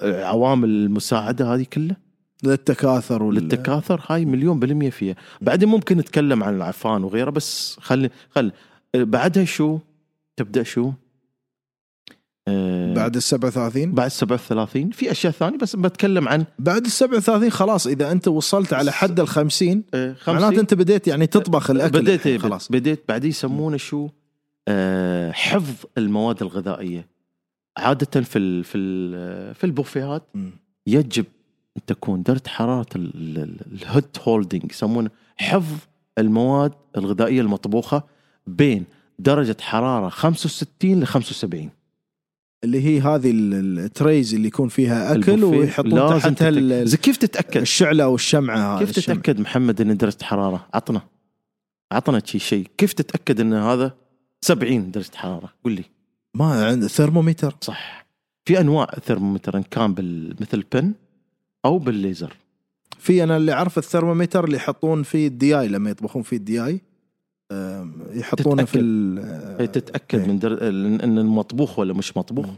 S1: عوامل المساعده هذه كلها
S2: للتكاثر وال...
S1: للتكاثر هاي مليون بالميه فيها بعدين ممكن نتكلم عن العفان وغيره بس خلي خل بعدها شو تبدا شو آه بعد
S2: بعد ال 37
S1: بعد 37 في اشياء ثانيه بس بتكلم عن
S2: بعد ال 37 خلاص اذا انت وصلت على حد ال 50
S1: آه، 50
S2: معناته انت بديت يعني تطبخ الاكل
S1: بديت
S2: الحين
S1: إيه،
S2: خلاص
S1: بديت بعدين يسمونه شو آه حفظ المواد الغذائيه عاده في ال في ال في البوفيهات
S2: مم.
S1: يجب ان تكون درجه حراره ال- ال- الهوت هولدنج يسمونه حفظ المواد الغذائيه المطبوخه بين درجه حراره 65 ل 75
S2: اللي هي هذه ال- ال- التريز اللي يكون فيها اكل
S1: البوفيه
S2: ويحطون
S1: لازم
S2: تحتها ال-
S1: تتأكد. زي كيف تتاكد؟
S2: الشعله او الشمعه هذه
S1: كيف
S2: الشمعة.
S1: تتاكد محمد ان درجه حراره؟ عطنا عطنا شي شيء كيف تتاكد ان هذا 70 درجه حراره؟ قول لي
S2: ما عند ثرمومتر
S1: صح في انواع ثرمومتر ان كان بال... مثل بن او بالليزر
S2: في انا اللي اعرف الثرمومتر اللي يحطون فيه الدياي لما يطبخون فيه الدياي أم، يحطونه في
S1: تتأكد.
S2: ال-
S1: هي تتاكد
S2: إيه.
S1: من در... ان إن المطبوخ ولا مش مطبوخ
S2: مم.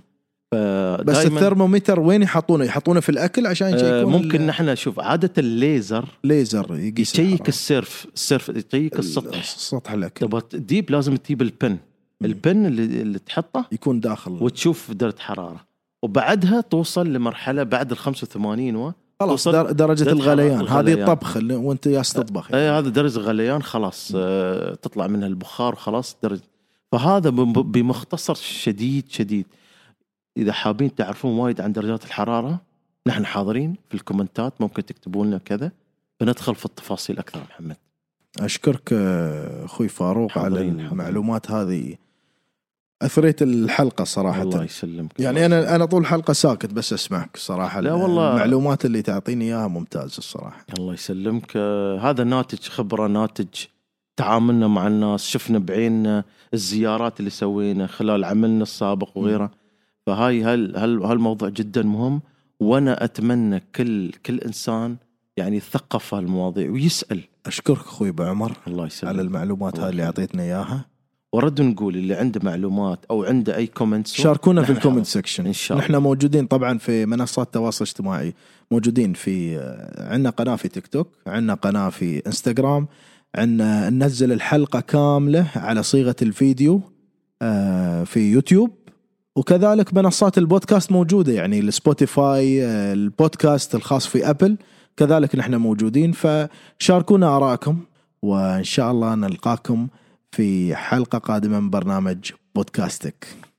S1: بس
S2: بس الثرمومتر وين يحطونه؟ يحطونه في الاكل عشان
S1: آه،
S2: يشيكون
S1: ممكن
S2: ال-
S1: نحن نشوف عاده الليزر
S2: ليزر يقيس
S1: يشيك
S2: الحرارة.
S1: السيرف السيرف يشيك
S2: ال-
S1: السطح
S2: سطح الاكل
S1: تبغى تجيب لازم تجيب البن البن اللي, اللي تحطه
S2: يكون داخل
S1: وتشوف درجه حراره وبعدها توصل لمرحله بعد ال 85 و
S2: خلاص
S1: توصل
S2: در- درجه
S1: درجة
S2: الغليان
S1: حرارة
S2: هذه
S1: الغليان.
S2: الطبخ اللي وانت جالس تطبخ يعني.
S1: اي إيه، هذا درجه غليان خلاص آه تطلع منها البخار وخلاص درجه فهذا بم- بمختصر شديد شديد اذا حابين تعرفون وايد عن درجات الحراره نحن حاضرين في الكومنتات ممكن تكتبوا لنا كذا بندخل في التفاصيل اكثر محمد
S2: اشكرك آه، اخوي فاروق
S1: حاضرين،
S2: على
S1: حاضرين.
S2: المعلومات هذه اثريت الحلقه صراحه
S1: الله يسلمك
S2: يعني
S1: الله
S2: انا انا طول الحلقه ساكت بس اسمعك صراحه
S1: لا والله.
S2: المعلومات اللي تعطيني اياها ممتازه الصراحه
S1: الله يسلمك آه، هذا ناتج خبرة ناتج تعاملنا مع الناس شفنا بعيننا الزيارات اللي سوينا خلال عملنا السابق وغيره فهاي هال هال هالموضوع جدا مهم وانا اتمنى كل كل انسان يعني يتثقف هالمواضيع ويسال
S2: اشكرك اخوي ابو عمر
S1: الله
S2: على
S1: يسلمك
S2: المعلومات
S1: الله
S2: هذه اللي اعطيتنا اياها
S1: ورد نقول اللي عنده معلومات او عنده اي كومنتس
S2: شاركونا في
S1: نحن
S2: الكومنت
S1: حاضرين.
S2: سكشن
S1: إن شاء الله.
S2: نحن موجودين طبعا في منصات التواصل الاجتماعي موجودين في عندنا قناه في تيك توك عندنا قناه في انستغرام عندنا ننزل الحلقه كامله على صيغه الفيديو آه، في يوتيوب وكذلك منصات البودكاست موجوده يعني السبوتيفاي آه، البودكاست الخاص في ابل كذلك نحن موجودين فشاركونا ارائكم وان شاء الله نلقاكم في حلقه قادمه من برنامج بودكاستك